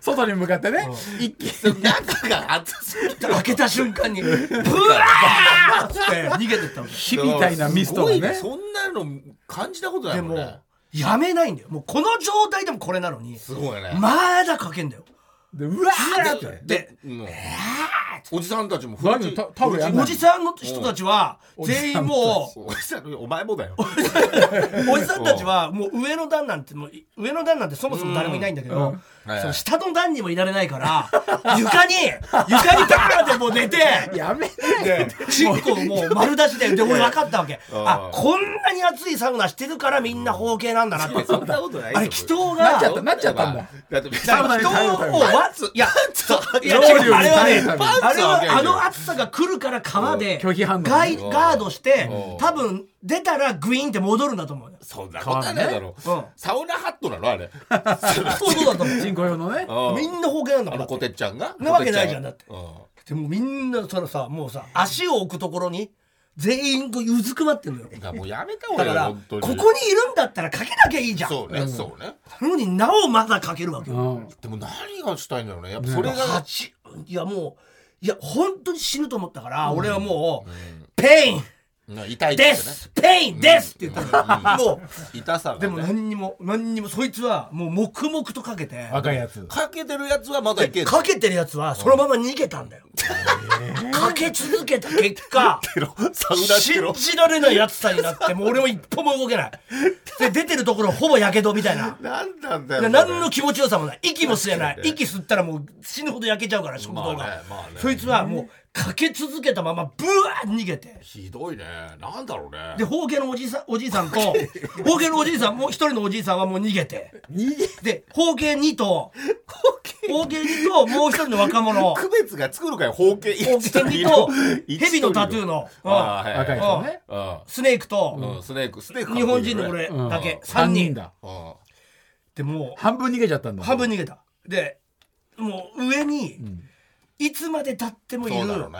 Speaker 3: 外に向かってね一気に
Speaker 2: 中が暑すぎた。
Speaker 1: 開けた瞬間 にブワーッつって逃げてったわけ。
Speaker 3: 火みたいなミストが
Speaker 2: すごい
Speaker 3: ね
Speaker 2: そんなの感じたことない
Speaker 1: で
Speaker 2: もん
Speaker 1: も
Speaker 2: ね。
Speaker 1: やめないんだよもうこの状態でもこれなのに
Speaker 2: すごいね。
Speaker 1: まだかけんだよ
Speaker 3: でうわーって
Speaker 2: で、うんおじさんたちもフ
Speaker 3: 何タタオルやん
Speaker 1: お
Speaker 3: の
Speaker 1: じさんの人たちは全員もう
Speaker 2: おじさん、お前 もだよ。
Speaker 1: おじさんたちはもう上の段なんてもう上の段なんてそもそも誰もいないんだけど
Speaker 2: うん
Speaker 1: その下の段にもいられないから床に床にバーンってもう寝て
Speaker 3: やめ
Speaker 1: チンコをもう丸出しでで俺分かったわけ
Speaker 2: うん
Speaker 1: あこんなに熱いサウナしてるからみんな包茎なんだなって
Speaker 2: そんなことないよ
Speaker 1: あれ祈祷が
Speaker 3: なっちゃったなっちゃったんだ。
Speaker 2: だって、
Speaker 1: 人
Speaker 3: ナに
Speaker 1: を待ついやそういや違うあれはねあれはあの暑さが来るから川で
Speaker 3: 拒否反応
Speaker 1: ガイガードして
Speaker 2: うん
Speaker 1: 多分出たらグイーンって戻るんだと思うよ
Speaker 2: そんなことないだろ。
Speaker 1: うん
Speaker 2: サウナハットなのあれ。
Speaker 1: そういうことだと思
Speaker 3: 人工用のね
Speaker 2: う
Speaker 1: うみんな方言なんだ
Speaker 2: あ
Speaker 1: も
Speaker 2: の
Speaker 1: んだ
Speaker 2: コ
Speaker 1: って
Speaker 2: テちゃんが。
Speaker 1: なわけないじゃんだって
Speaker 2: うん
Speaker 1: でもうみんなそのさもうさ足を置くところに全員こううずくまってんのよ
Speaker 2: だからもうやめた方が
Speaker 1: だ
Speaker 2: いい
Speaker 1: か
Speaker 2: よ
Speaker 1: らこ
Speaker 2: 本当
Speaker 1: こ
Speaker 2: に
Speaker 1: にいるんだったらかけなきゃいいじゃん
Speaker 2: そうねそうね
Speaker 1: なのになおまだかけるわけよ
Speaker 3: うん
Speaker 2: でも何がしたいんだろうねやっぱそれが、
Speaker 1: 八いやもういや本当に死ぬと思ったから、俺はもう、ペイン
Speaker 2: うん痛いって
Speaker 1: で
Speaker 2: ね
Speaker 1: す、ペインですって言ったの、も
Speaker 2: 痛さが、
Speaker 1: う
Speaker 2: ね、
Speaker 1: でも何にも何にもそいつはもう黙々とかけて
Speaker 3: 若いやつ
Speaker 2: かけてるやつはまだいける
Speaker 1: かけてるやつはそのまま逃げたんだよ、かけ続けた結果
Speaker 2: てろ サウナテ
Speaker 1: 信
Speaker 2: ロ
Speaker 1: じられないやつさになってもう俺も一歩も動けないで出てるところほぼやけどみたいな
Speaker 2: 何なんだよ
Speaker 1: で
Speaker 2: これ
Speaker 1: 何の気持ちよさもない息も吸えない息吸ったらもう死ぬほど焼けちゃうから食堂が、
Speaker 2: まあねまあね
Speaker 1: そいつはもうかけ続けたままブワーッ逃げて
Speaker 2: ひどいねなんだろうね
Speaker 1: で包茎のおじいさんおじい さんと包茎のおじいさんもう一人のおじいさんはもう逃げてで包茎2と包茎2ともう一人の若 者
Speaker 2: 区別がつくのかよ包茎
Speaker 1: 包茎2と 蛇のタトゥーの、うん
Speaker 2: あーは
Speaker 3: 若い
Speaker 2: い
Speaker 3: や
Speaker 2: は
Speaker 3: つ
Speaker 1: ス
Speaker 3: ね
Speaker 1: ネークと、
Speaker 2: いうんスネークスネークかっこい
Speaker 1: 日
Speaker 2: いよね
Speaker 1: 本人の俺だけ、
Speaker 3: 3
Speaker 1: 3
Speaker 3: 人
Speaker 1: 人
Speaker 3: だ
Speaker 2: うん
Speaker 1: でも
Speaker 3: 半分逃げちゃったん
Speaker 1: う
Speaker 3: だ
Speaker 1: 半分逃げたでもう上に、いつまでたってもい
Speaker 2: そう
Speaker 1: る
Speaker 2: だろうね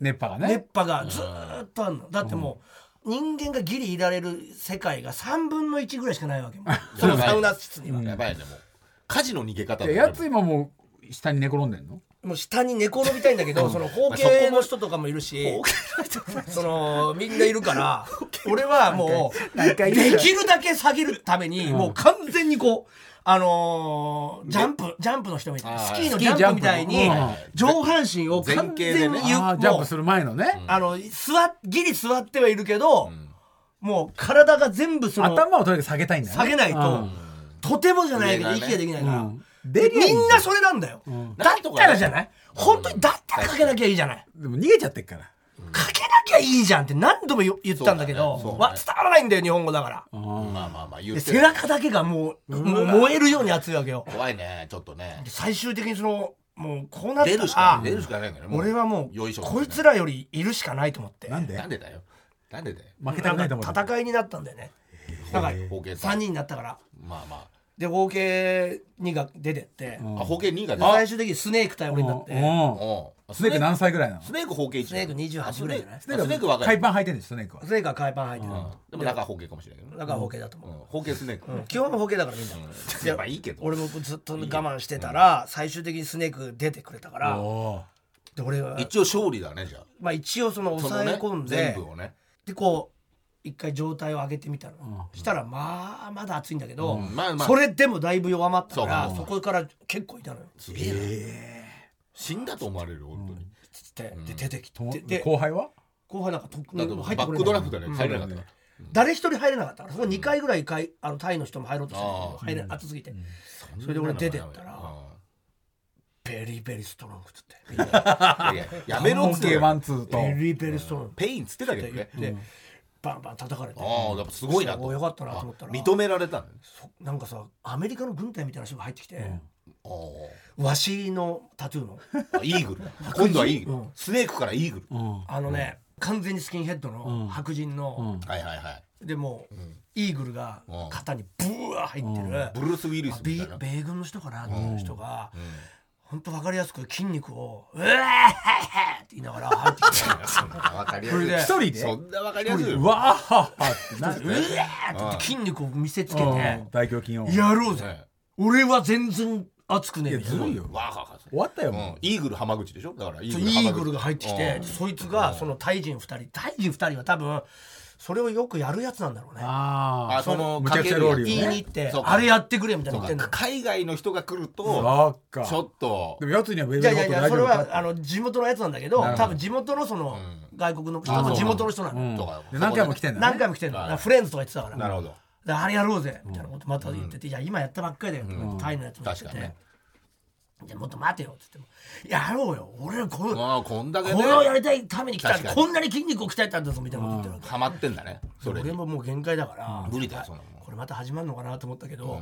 Speaker 3: 熱波が
Speaker 1: 熱
Speaker 3: ね
Speaker 1: 波がずーっとあるの、だってもう、人間がギリいられる世界が3分の1ぐらいしかないわけもん そのサウナ室には、
Speaker 2: やばいねもう火事の逃げ方
Speaker 3: で
Speaker 2: だ
Speaker 3: やつ今もう下に寝転んでんの
Speaker 1: もう下に寝転びたいんだけど、その包
Speaker 2: まあそ
Speaker 1: 茎
Speaker 2: こも
Speaker 1: の人とかもいるし、そのみんないるから、 俺はもう
Speaker 3: なんかいいな
Speaker 1: できるだけ下げるために、もう完全にこう。あのージャンプジャンプの人みたい
Speaker 2: あ
Speaker 1: な
Speaker 2: ー
Speaker 1: スキーの
Speaker 3: スキ
Speaker 1: ジ
Speaker 3: ー
Speaker 1: ャンプみたいに
Speaker 3: ジャンプのうん
Speaker 1: 上半身を完全に
Speaker 2: 前傾でね
Speaker 1: ゆ
Speaker 3: あ
Speaker 1: も
Speaker 3: あジャ
Speaker 1: う
Speaker 3: ンプする前のね
Speaker 1: あの座っギリ座ってはいるけど、もう体が全部その
Speaker 3: 頭をとにかく下げたいんだね
Speaker 1: 下げないと、
Speaker 3: うん
Speaker 1: とてもじゃないけど
Speaker 2: 上がね
Speaker 1: 息ができないか
Speaker 3: う
Speaker 1: ら、
Speaker 3: ん
Speaker 1: で
Speaker 3: 出りゃいい
Speaker 1: み
Speaker 3: だよ
Speaker 1: んなそれなんだよ、だったらじゃない本当にだったらかけなきゃいいじゃない、
Speaker 3: でも逃げちゃってっから
Speaker 1: かけなきゃいいじゃんって何度もよ言ったんだけど
Speaker 2: そうだねそう
Speaker 1: わ伝
Speaker 2: だね
Speaker 1: わらないんだよ日本語だから
Speaker 2: まあまあまあ言
Speaker 1: で
Speaker 2: って
Speaker 1: 背
Speaker 2: る
Speaker 1: 中だけがもうもう燃えるように熱いわけよ
Speaker 2: 怖いねちょっとね
Speaker 1: で最終的にそのもうこうなった
Speaker 2: 出るしか
Speaker 1: ら
Speaker 2: 出るしかないからね
Speaker 1: 俺はもう
Speaker 2: よいしょ
Speaker 1: こいつらよりいるしかないと思って
Speaker 3: なんで
Speaker 2: なんでだよなんでだよ
Speaker 3: 負けたくないと思う
Speaker 1: なんか戦いになったんだよねなんか
Speaker 2: 包茎
Speaker 1: 3人になったから
Speaker 2: まあま
Speaker 1: で合計2が出てって、
Speaker 2: ああ包茎2が
Speaker 1: で
Speaker 2: 出た
Speaker 1: 最終的にスネーク対俺になって、
Speaker 3: うん
Speaker 2: うん
Speaker 3: スネーク何歳ぐらいなの
Speaker 2: スネーク包茎一
Speaker 1: スネーク28ぐらいじゃない
Speaker 2: あスネークスネーク若い
Speaker 3: 海パン履いてるんですスネークは
Speaker 1: スネークは海パン履いてる、
Speaker 2: でも中は包茎かもしれないけどね
Speaker 1: だから包茎だと思う、
Speaker 2: うん包茎スネーク
Speaker 1: うん基本は包茎だからみんな、
Speaker 2: うんやっぱいいけど
Speaker 1: 俺もずっと我慢してたら最終的にスネーク出てくれたから
Speaker 3: お
Speaker 1: で俺は
Speaker 2: 一応勝利だねじゃあ
Speaker 1: まあ、一応その
Speaker 2: そ
Speaker 1: 抑
Speaker 2: のね
Speaker 1: え込ん
Speaker 2: 全
Speaker 1: で、
Speaker 2: 部をね
Speaker 1: でこう一回状態を上げてみたの、したらまあまだ暑いんだけど、
Speaker 2: んまあまあ
Speaker 1: それでもだいぶ弱まったから
Speaker 2: そう
Speaker 1: そ
Speaker 2: か
Speaker 1: こから結構いたのよ
Speaker 2: すげえな死んだと思われるよ本当に
Speaker 1: つってで出てきて、
Speaker 3: ー
Speaker 1: で
Speaker 3: 後輩は
Speaker 1: 後半なんかと
Speaker 2: だって
Speaker 1: 入って
Speaker 2: バ
Speaker 1: こ
Speaker 2: ッ
Speaker 1: れ
Speaker 2: クド
Speaker 1: ない
Speaker 2: ラフトで入れなかったか
Speaker 1: 誰一人入れなかったからそこ2回ぐらいかいあのタイの人も入ろうとしたんだけど
Speaker 2: ああ
Speaker 1: 入れ暑すぎて、
Speaker 2: ら
Speaker 1: それで俺出てったら
Speaker 2: う
Speaker 1: ベリーベリーストロングっつ って
Speaker 2: んいやいややめろっつって
Speaker 3: 系
Speaker 2: た
Speaker 3: ワ
Speaker 2: よ
Speaker 3: ンツーと
Speaker 1: ベリーベリーストロング
Speaker 2: ペインっつってたけ
Speaker 1: って
Speaker 2: ど
Speaker 1: 言っ
Speaker 2: ね
Speaker 1: て、バンバン叩かれて
Speaker 2: ああやっぱすごいな
Speaker 1: およかったなと思ったら
Speaker 2: あ認められたのね
Speaker 1: そなんかさアメリカの軍隊みたいな人が入ってきて、
Speaker 2: あ
Speaker 1: わしのタトゥー の
Speaker 2: ああイーグ ル今度はイーグル
Speaker 1: うん
Speaker 2: スネークからイーグル
Speaker 3: うん
Speaker 1: あのね、完全にスキンヘッドの白人の、
Speaker 2: はいはいはい
Speaker 1: でもう、イーグルが肩にブワー入ってる、
Speaker 2: ブルース・ウィリ
Speaker 1: まあ
Speaker 2: スみ
Speaker 1: 米
Speaker 2: たいな
Speaker 1: 米軍の人かなっていう人が、本当分かりやすく筋肉を「うわーって言いながら入って きて
Speaker 2: そんなわかりやすい
Speaker 1: それで
Speaker 3: 一人で
Speaker 2: そんなわかりやすいよ
Speaker 3: うわあはあはあってな
Speaker 1: 「うわーって言って筋肉を見せつけて
Speaker 3: うん大胸筋を
Speaker 1: 「やろうぜ、
Speaker 2: ね
Speaker 1: 俺は全然熱くねえ」みたい
Speaker 3: ず
Speaker 1: な
Speaker 3: るいよ
Speaker 2: わあはあはあ
Speaker 3: 終わったよ
Speaker 2: うん
Speaker 3: も
Speaker 2: イーグル浜口でしょだからイ
Speaker 1: そうイーグ
Speaker 2: 浜
Speaker 1: ル
Speaker 2: 口
Speaker 1: が入ってきてそいつがそのタイ人2人タイ人2人は多分それをよくやるやつなんだろうね
Speaker 3: う。あ
Speaker 2: あ
Speaker 3: あ
Speaker 2: その
Speaker 3: むちゃくちゃローリーを
Speaker 1: 言いに行って
Speaker 2: そうか
Speaker 1: あれやってくれみたい
Speaker 2: そ
Speaker 1: な
Speaker 2: う
Speaker 1: 言っ
Speaker 2: か
Speaker 1: てんの
Speaker 2: 海外の人が来ると
Speaker 3: そっか
Speaker 2: ちょっと
Speaker 3: でもやつにはウェブ
Speaker 1: いや
Speaker 3: の
Speaker 1: い
Speaker 3: こ
Speaker 1: やいや
Speaker 3: と大
Speaker 1: それ
Speaker 3: 丈夫
Speaker 1: は
Speaker 3: か
Speaker 1: あの地元のやつなんだけど
Speaker 3: なるほど
Speaker 1: 多分地元のその外国の人
Speaker 2: あそう
Speaker 1: も地元の人なんだよ
Speaker 2: とか
Speaker 3: で何回も来てんだ
Speaker 1: 何
Speaker 3: ね
Speaker 1: 回も来てるの、
Speaker 2: はい
Speaker 1: だからフレンズとか言ってたから
Speaker 2: なるほど
Speaker 1: であれやろうぜみたいなことまた言ってて「いや今やったばっかりだよ」とか言ってタイのやつも言って
Speaker 2: 確かにね
Speaker 1: て「じゃもっと待てよ」っつっても「やろうよ俺らこの
Speaker 2: まあこんだけ
Speaker 1: これをやり
Speaker 2: ね
Speaker 1: たいために来た
Speaker 2: 確かに
Speaker 1: こんなに筋肉を鍛えたんだぞ」みたいなこと言ってるわけ
Speaker 2: ハマってんだねそれ
Speaker 1: 俺
Speaker 2: に
Speaker 1: ももう限界だから
Speaker 2: 無理だよそんなもん
Speaker 1: これまた始まるのかなと思ったけど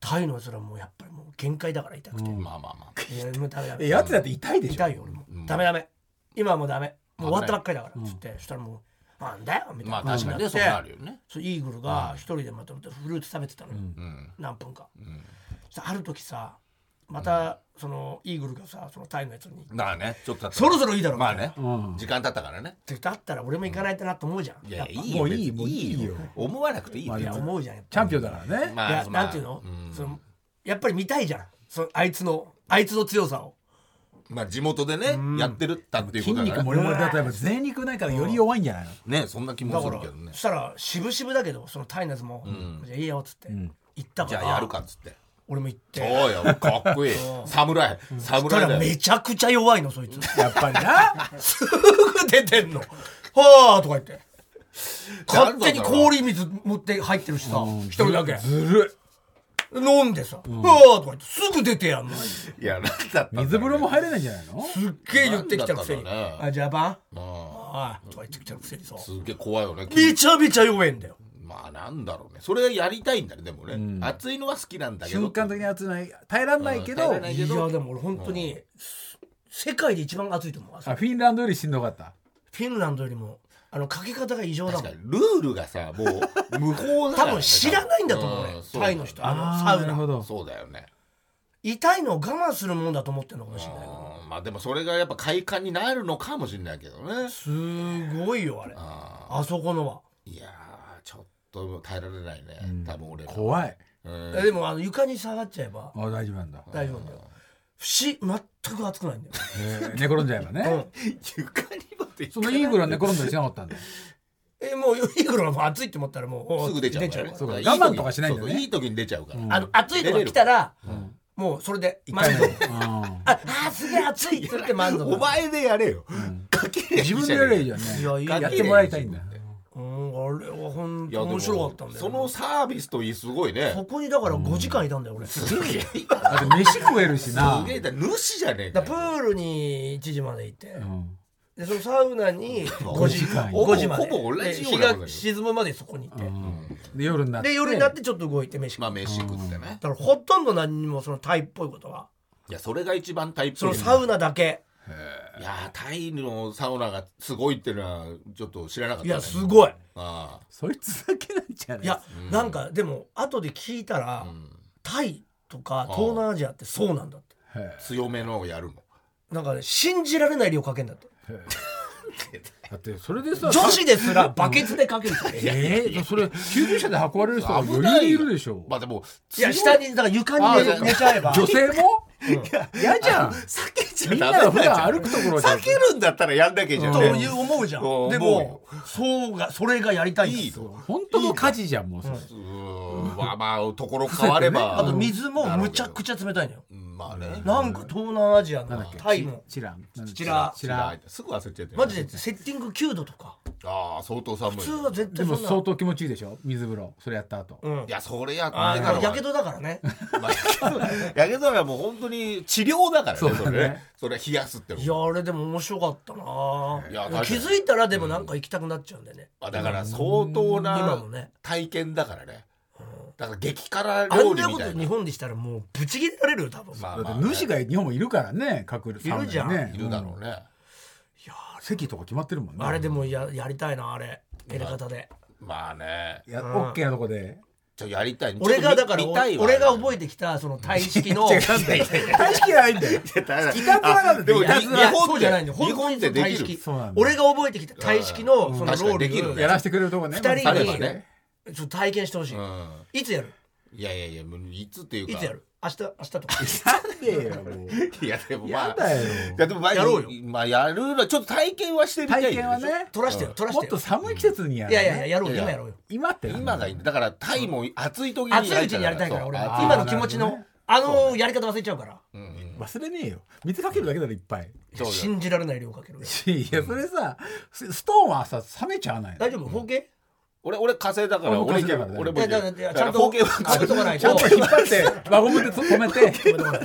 Speaker 1: タイのやつらもうやっぱりもう限界だから痛くて
Speaker 2: まあまあまあ
Speaker 1: いやもうダメダメ
Speaker 3: えやつだって痛いでしょ
Speaker 1: 痛いよ俺も、ダメダメ今はもうダメもう終わったばっかりだからっつって、そしたらもうなんだよみたい
Speaker 2: ま
Speaker 1: な
Speaker 2: あ確かにねそうなるよね
Speaker 1: そうイーグルが一人でまとめてフルーツ食べてたのよ、何分か、そしたらある時さまたそのイーグルがさそのタイのやつに
Speaker 2: まあねちょっと経った
Speaker 1: そろそろいいだろう
Speaker 2: まあね、
Speaker 3: うん
Speaker 2: 時間経ったからね
Speaker 1: ってだったら俺も行かないとなと思うじゃん
Speaker 2: いやい
Speaker 1: やっ
Speaker 2: いよ
Speaker 3: もういい
Speaker 2: 別に
Speaker 3: もういいよ
Speaker 2: 思わなくていいよ、
Speaker 3: まあ
Speaker 1: ぱいや思うじゃんやっぱ
Speaker 3: チャンピオンだからね、
Speaker 2: まあ
Speaker 1: いやなんていうの,、そのやっぱり見たいじゃんそのあいつのあいつの強さを
Speaker 2: まあ地元でね、やってるったっていうこ
Speaker 3: 筋
Speaker 2: とだから
Speaker 3: 肉もりもりだとやっぱ贅肉ないからより弱いんじゃないの、
Speaker 2: ねそんな気も
Speaker 1: だ
Speaker 2: す
Speaker 1: か
Speaker 2: る
Speaker 1: ら
Speaker 2: けどね
Speaker 1: そしたら渋々だけどそのタイのやつも、じゃあいいよっつって、行った
Speaker 2: じ
Speaker 1: か
Speaker 2: ゃ
Speaker 1: ら
Speaker 2: あやるかっつって
Speaker 1: 俺も行っ
Speaker 2: そう
Speaker 1: て
Speaker 2: よかっこいい侍
Speaker 1: そ
Speaker 2: 侍
Speaker 1: したら
Speaker 2: だよ
Speaker 1: めちゃくちゃ弱いの そいつ
Speaker 3: やっぱりな
Speaker 1: すぐ出てんの「はあ」とか言って勝手に氷水持って入ってるしさ一人だけ
Speaker 3: ずる
Speaker 1: 飲んでさ「はあ」とか言ってすぐ出てやんのす
Speaker 2: いやなんだったんだろうね
Speaker 3: 水風呂も入れないんじゃないの
Speaker 1: っげえ言ってきたくせに「
Speaker 2: なんだったんだろうね
Speaker 1: あジャパン?」
Speaker 2: うん
Speaker 1: ああとか言ってきたくせにさ
Speaker 2: すげえ怖いよね
Speaker 1: めちゃめちゃ弱いんだよ
Speaker 2: まあなんだろうねそれはやりたいんだねでもね、熱いのは好きなんだけど
Speaker 3: 瞬間的に熱ない耐えらんないけど、
Speaker 2: うん耐えらんない
Speaker 1: いやでも俺本当に世界で一番熱いと思う
Speaker 3: あフィンランドよりしんどかった
Speaker 1: フィンランドよりもあのかけ方が異常だも
Speaker 2: 確か
Speaker 1: ん
Speaker 2: にルールがさもう無法だか
Speaker 1: 多
Speaker 2: らね、
Speaker 1: 分知らないんだと思うね
Speaker 2: んそう
Speaker 1: タイの人あのサウ
Speaker 3: なる
Speaker 1: ナ
Speaker 3: ほど
Speaker 2: そうだよね
Speaker 1: 痛いのを我慢するもんだと思ってるのかもしれない
Speaker 2: うんまあでもそれがやっぱ快感になるのかもしれないけどね
Speaker 1: すごいよあれ
Speaker 2: あ
Speaker 1: あそこのはい
Speaker 2: やーちょっと耐えられないね、多分俺ら
Speaker 3: 怖い
Speaker 2: うん
Speaker 1: でもあの床に下がっちゃえば
Speaker 3: あ大丈夫なんだ、
Speaker 1: 大丈夫なんだよ不死全く熱くないんだよ
Speaker 3: えー寝転んじゃえばね、
Speaker 2: 床にまで
Speaker 3: そのイーグルは寝転んだりしなかったんだよ
Speaker 1: えもうイーグルはもう熱いって思ったらもう
Speaker 2: すぐ出ちゃうからね
Speaker 3: そうか
Speaker 2: だら時
Speaker 3: 我慢とかしないんだね
Speaker 2: そうそういい時に出ちゃうから、
Speaker 1: あの熱いのが来たら
Speaker 2: ん
Speaker 1: もうそれで
Speaker 3: 一
Speaker 1: 満
Speaker 3: 回
Speaker 1: 足
Speaker 3: ねうん
Speaker 1: ああすげえ熱いって言って満足
Speaker 2: お前でやれよ、かけりゃいいじ
Speaker 3: 自
Speaker 2: ゃねえ
Speaker 3: 分でやればいいじゃ
Speaker 1: い
Speaker 3: んね
Speaker 1: やいいよ
Speaker 3: やってもらいたいんだ
Speaker 1: うん、あれは本
Speaker 2: い
Speaker 1: 当
Speaker 2: やでも
Speaker 1: 面白かったんだよ。
Speaker 2: そのサービスといいすごいね
Speaker 1: そこにだから5時間いたんだよ、俺。だ
Speaker 2: すげえだ
Speaker 3: だって飯食えるしな
Speaker 2: すげえだ主じゃねえ
Speaker 1: からプールに1時まで行って、
Speaker 3: うん
Speaker 1: でそのサウナに5時
Speaker 3: 時間
Speaker 1: 5時まで。
Speaker 2: ほぼ同じよう
Speaker 1: で日
Speaker 2: なことだよ
Speaker 1: が沈むまでそこにいて。
Speaker 3: で夜になって
Speaker 1: で、夜になってちょっと動いて飯食
Speaker 2: ま
Speaker 1: う。
Speaker 2: あ飯食ってね
Speaker 1: だからほとんど何にもそのタイっぽいことは。
Speaker 2: いやそれが一番タイプ
Speaker 1: そのサウナだけ。
Speaker 2: いやタイのサウナがすごいっていうのはちょっと知らなかった、
Speaker 1: い
Speaker 2: ね、
Speaker 1: や、すごい。
Speaker 2: ああ
Speaker 3: そいつだけなんじゃない
Speaker 1: いや、なんかでも、後で聞いたら、タイとか東南アジアってそうなんだって。
Speaker 3: へ
Speaker 2: 強めのをやるの
Speaker 1: なんかね、信じられない量かけんだって。
Speaker 3: えへえだってそれでさ
Speaker 1: 女子ですらバケツでかけるって。
Speaker 3: ええそれ救急車で運ばれる人が
Speaker 2: 危
Speaker 3: よ
Speaker 2: ない
Speaker 3: りいるでしょ
Speaker 2: まあでも
Speaker 1: いや下にだから床に寝寝ちゃえ ば
Speaker 3: 女性も嫌じゃん
Speaker 2: 避けちゃ
Speaker 3: みんな
Speaker 2: ダメ
Speaker 3: が普
Speaker 2: なんじゃん
Speaker 3: 段歩くところじゃん
Speaker 2: 避けるんだったらやんなきゃいけない、
Speaker 1: という思うじゃん
Speaker 2: うん
Speaker 1: でもそうがそれがやりたいん
Speaker 2: い
Speaker 1: で
Speaker 2: い
Speaker 1: すよ
Speaker 2: と
Speaker 3: 本当の火事じゃんもうそれ
Speaker 2: うーんまあまあところ変われば
Speaker 1: あと水もむちゃくちゃ冷たいのよ
Speaker 2: うんまあね
Speaker 1: なんか東南アジア
Speaker 3: なん
Speaker 1: の
Speaker 3: だっけ
Speaker 1: タイも
Speaker 3: チランなんだっけ
Speaker 1: チラ
Speaker 3: チラ
Speaker 2: すぐ忘れちゃって
Speaker 1: マジでセッティング9度とか
Speaker 2: ああ相当寒い
Speaker 1: 普通は絶
Speaker 3: で
Speaker 1: 対
Speaker 3: も
Speaker 1: そんな
Speaker 3: 相当気持ちいいでしょ水風呂それやった後
Speaker 1: うん
Speaker 2: いやそれやって
Speaker 1: あ
Speaker 2: ないだ
Speaker 1: あ
Speaker 2: ろ
Speaker 1: やけどだからね
Speaker 2: まあ やけどはもう本当に治療だからねそ
Speaker 3: そうだね
Speaker 2: れねそれ冷やすっての
Speaker 1: いやあれでも面白かったない
Speaker 2: や確
Speaker 1: ぁ
Speaker 2: かに
Speaker 1: 気づいたらでもなんか行きたくなっちゃうんだよね
Speaker 2: あだから相当
Speaker 1: 今
Speaker 2: な
Speaker 1: もね
Speaker 2: 体験だからねだから激辛
Speaker 1: あ
Speaker 2: 料
Speaker 1: ん
Speaker 2: 理
Speaker 1: な
Speaker 2: み
Speaker 1: こ
Speaker 2: た
Speaker 1: と
Speaker 2: いな
Speaker 1: 日本でしたらもうブチ切れられるよ多分
Speaker 2: まあ
Speaker 3: だ
Speaker 2: まあ
Speaker 3: って主が日本もいるからね隠る
Speaker 1: いるじゃん
Speaker 3: サウナにね
Speaker 2: いるだろうね
Speaker 3: 席とか決まってるもんね
Speaker 1: あれでもややりたいなあれやり方で
Speaker 2: まあね
Speaker 3: やオッケーなとこで
Speaker 2: ちょやりたい
Speaker 1: 俺がだから俺が
Speaker 2: え
Speaker 1: 覚えてきたその体式の
Speaker 3: 違うんだよ 大好きじゃないんだよ
Speaker 2: てたら
Speaker 3: いたずらなんだよ
Speaker 2: でも
Speaker 3: いた
Speaker 2: 日
Speaker 3: ず
Speaker 1: いや
Speaker 2: 本
Speaker 1: そうじゃないの
Speaker 2: 日本ってできる
Speaker 3: そうなんだ
Speaker 1: 俺が覚えてきた体式のそのロール
Speaker 2: 確かにできるね
Speaker 3: やらせてくれるとこね
Speaker 1: 二
Speaker 2: あ
Speaker 1: 人
Speaker 2: れ
Speaker 1: に
Speaker 2: ばね
Speaker 1: ちょっと体験してほしい、
Speaker 2: うん
Speaker 1: いつやる
Speaker 2: いやいやいやもういつっていうか
Speaker 1: いつやる明日明日とか
Speaker 3: やだよもう
Speaker 2: いやでもまあ
Speaker 3: やだよ
Speaker 2: いやでもまあ
Speaker 1: やろうよ
Speaker 2: まあやるのちょっと体験はしてみたい
Speaker 3: 体験はね
Speaker 1: 取らしてよ取らし
Speaker 3: もってと
Speaker 1: よ
Speaker 3: 寒い季節にや
Speaker 1: い
Speaker 3: る
Speaker 1: やいやいややろう
Speaker 2: い
Speaker 1: よ
Speaker 2: や
Speaker 1: 今
Speaker 2: いや
Speaker 1: やろうよ
Speaker 3: 今って
Speaker 2: 今がいいんだだからタイも暑い時に
Speaker 1: 熱いうちにやりたいから俺は
Speaker 2: そう
Speaker 1: 今の気持ち
Speaker 3: あーな
Speaker 1: の
Speaker 3: る
Speaker 1: あのやり方忘れちゃうから
Speaker 3: 忘れねえよ水かけるだけだろいっぱい
Speaker 2: そうよ
Speaker 1: 信じられない量かける
Speaker 3: いやそれさスストーンはさ冷めちゃわないの
Speaker 1: 大丈夫包茎
Speaker 2: 俺俺火星だから
Speaker 3: 俺
Speaker 2: 俺い
Speaker 3: も火
Speaker 2: ける
Speaker 3: 星だからね
Speaker 2: 俺
Speaker 1: い
Speaker 2: もい
Speaker 1: や
Speaker 2: け
Speaker 1: だか
Speaker 2: る
Speaker 1: らいやちゃん
Speaker 2: 包
Speaker 1: と
Speaker 2: 茎は
Speaker 1: あちょっとかない
Speaker 3: ちゃん
Speaker 1: と
Speaker 3: と引っ張って輪ゴムで止めて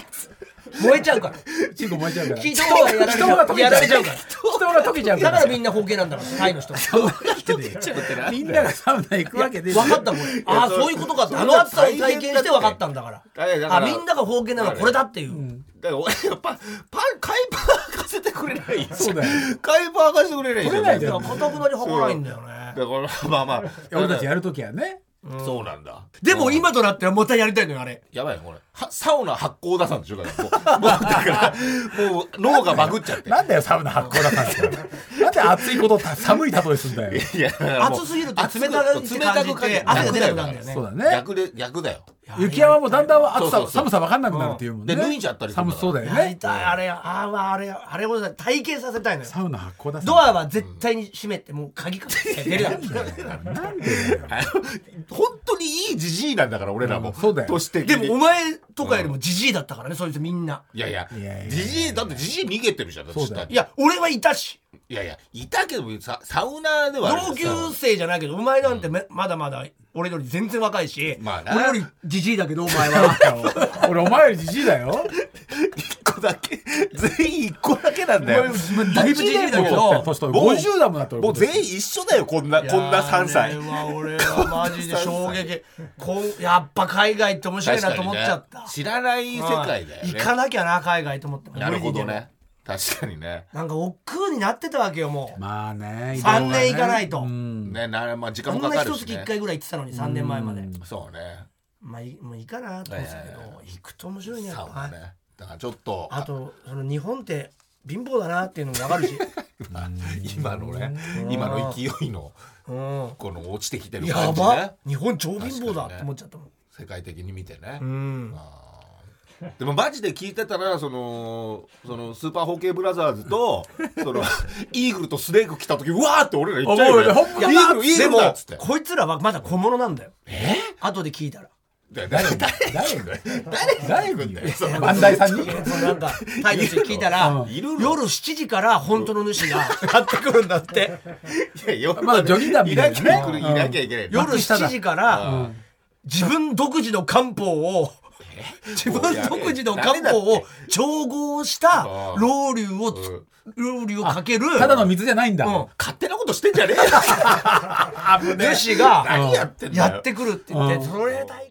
Speaker 1: 燃えちゃうから
Speaker 3: チンコ燃えちゃうから
Speaker 1: 人がやられちゃうやられちゃ
Speaker 3: 人が溶けちゃう
Speaker 1: うから
Speaker 3: 人が溶けちゃうか
Speaker 1: だ
Speaker 3: ら
Speaker 1: からみんな包茎なんだからタイの人
Speaker 3: みんながサウナ行くわけで
Speaker 1: 分かったもんああそういうことかってあの暑さを体験して分かったんだから
Speaker 2: いやだか
Speaker 1: あ
Speaker 2: ら
Speaker 1: みんなが方形なのはこれだっていう、
Speaker 2: だから俺やっぱパン海パー履かせてくれないい
Speaker 3: そうだよ
Speaker 2: 海パー履かせてくれない
Speaker 3: 取れない
Speaker 1: い
Speaker 3: じゃ
Speaker 1: や
Speaker 3: ん
Speaker 1: かたくなにはまないんだよね
Speaker 2: だからまあまあ
Speaker 3: 俺たちやるときはね
Speaker 2: そうなんだ
Speaker 1: でも今となってはまたやりたいのよあれ
Speaker 2: やばいよこれはサウナ発酵出さんでしょだからもうもうだからもう脳がバグっちゃって
Speaker 3: なんだよ、サウナ発酵だからって。なんで暑いことた寒い例えすんだよ。
Speaker 2: いやだからもう
Speaker 1: 暑すぎると冷たく冷たく感じて汗が出なくなるんだよね
Speaker 3: そうだね。
Speaker 2: 逆で逆だよ
Speaker 3: 雪山もだんだん暑
Speaker 2: そうそうそ
Speaker 3: さ、
Speaker 2: う
Speaker 3: 寒さ分かんなくなるっていうもんね。
Speaker 2: で脱いじゃったりする
Speaker 3: 寒そうだよ
Speaker 1: やり
Speaker 3: ね。
Speaker 1: たいあれああまああれあれを体験させたいのよ
Speaker 3: サウナ発酵だ
Speaker 1: ドアは絶対に閉めてもう鍵かけて出るやつ
Speaker 3: なんでだよ
Speaker 2: あの本当にいいじじいなんだから俺らも、
Speaker 3: うんそうだよ
Speaker 2: 年的
Speaker 1: で
Speaker 2: に
Speaker 1: もお前とかよりもジジイだったからねそいつみんない
Speaker 2: やいや
Speaker 3: いやいや
Speaker 2: じじいだってじじい逃げてるじゃんだって
Speaker 3: そうだよ
Speaker 2: 下に
Speaker 1: いや俺はいたし
Speaker 2: いやいやいたけどササウナーではある
Speaker 1: 同
Speaker 2: けどさ
Speaker 1: 級生じゃないけどお前なんてめまだまだ俺より全然若いし
Speaker 2: まあな
Speaker 1: 俺よりジジイだけどお前は
Speaker 3: 俺、お前よりじじいだよ。
Speaker 2: 一個だけ全員一個だけなんだよ
Speaker 1: だいぶジジイだけど
Speaker 3: 年取る50だもんなって
Speaker 2: もう全員一緒だよ こんなこんな3
Speaker 1: い
Speaker 2: 歳
Speaker 1: やあれは俺はマジで衝撃こうやっぱ海外って面白いなと思っちゃった、
Speaker 2: 知らない世界だよ
Speaker 1: はい
Speaker 2: ね
Speaker 1: 行かなきゃな海外と思って
Speaker 2: なる
Speaker 1: 無理
Speaker 2: ほど
Speaker 1: にでも
Speaker 2: ね確かにね
Speaker 1: なんか億劫になってたわけよもう、
Speaker 3: まあね。
Speaker 1: 三年行かないと
Speaker 3: うん
Speaker 2: ねなまあ時間
Speaker 1: こ
Speaker 2: も
Speaker 1: ん
Speaker 2: か
Speaker 1: な
Speaker 2: か
Speaker 1: 一
Speaker 2: るし
Speaker 1: 月
Speaker 2: ね
Speaker 1: 1回ぐらい行ってたのに3年前まで、
Speaker 2: そうね
Speaker 1: まあいもういいかなと思ってたけど、行くと面白いねやっ
Speaker 2: サウ
Speaker 1: ぱ
Speaker 2: ナねだからちょっと
Speaker 1: あとその日本って貧乏だなっていうのも分かるし
Speaker 2: 今のね今の勢いの
Speaker 1: うん
Speaker 2: この落ちてきてる
Speaker 1: や
Speaker 2: 感じ
Speaker 1: ば
Speaker 2: ね
Speaker 1: 日本超貧乏だって思っちゃったもん、
Speaker 2: 世界的に見てね
Speaker 1: うん
Speaker 2: でもマジで聞いてたらそのそのスーパーホーケーブラザーズとそのイーグルとスネーク来た時うわーって俺ら言っちゃうよ、ね、
Speaker 3: あもうねほんま
Speaker 2: イーグルイー
Speaker 1: で
Speaker 2: グルだっつって
Speaker 1: もこいつらはまだ小物なんだよえ後で聞いたら
Speaker 2: 誰誰誰誰が言うんだよその
Speaker 3: 安大さんに
Speaker 1: いやそうなんかタイ聞いたら
Speaker 2: いるの
Speaker 1: 夜7時から本当の主がやってくるんだって
Speaker 2: いや
Speaker 3: まあジョギンダーみたいなね
Speaker 2: いなきゃいけないいなきゃいけない
Speaker 1: 夜
Speaker 3: 幕下だ
Speaker 1: 7時から自分独自の漢方を自分独自の漢方を調合したロウリュをつロウリュをかける
Speaker 3: ただの水じゃないんだ。
Speaker 1: うん
Speaker 2: 勝手なことしてん じゃねえよ
Speaker 1: 女子が
Speaker 2: 何やってんだよ
Speaker 1: やってくるって言ってそれ大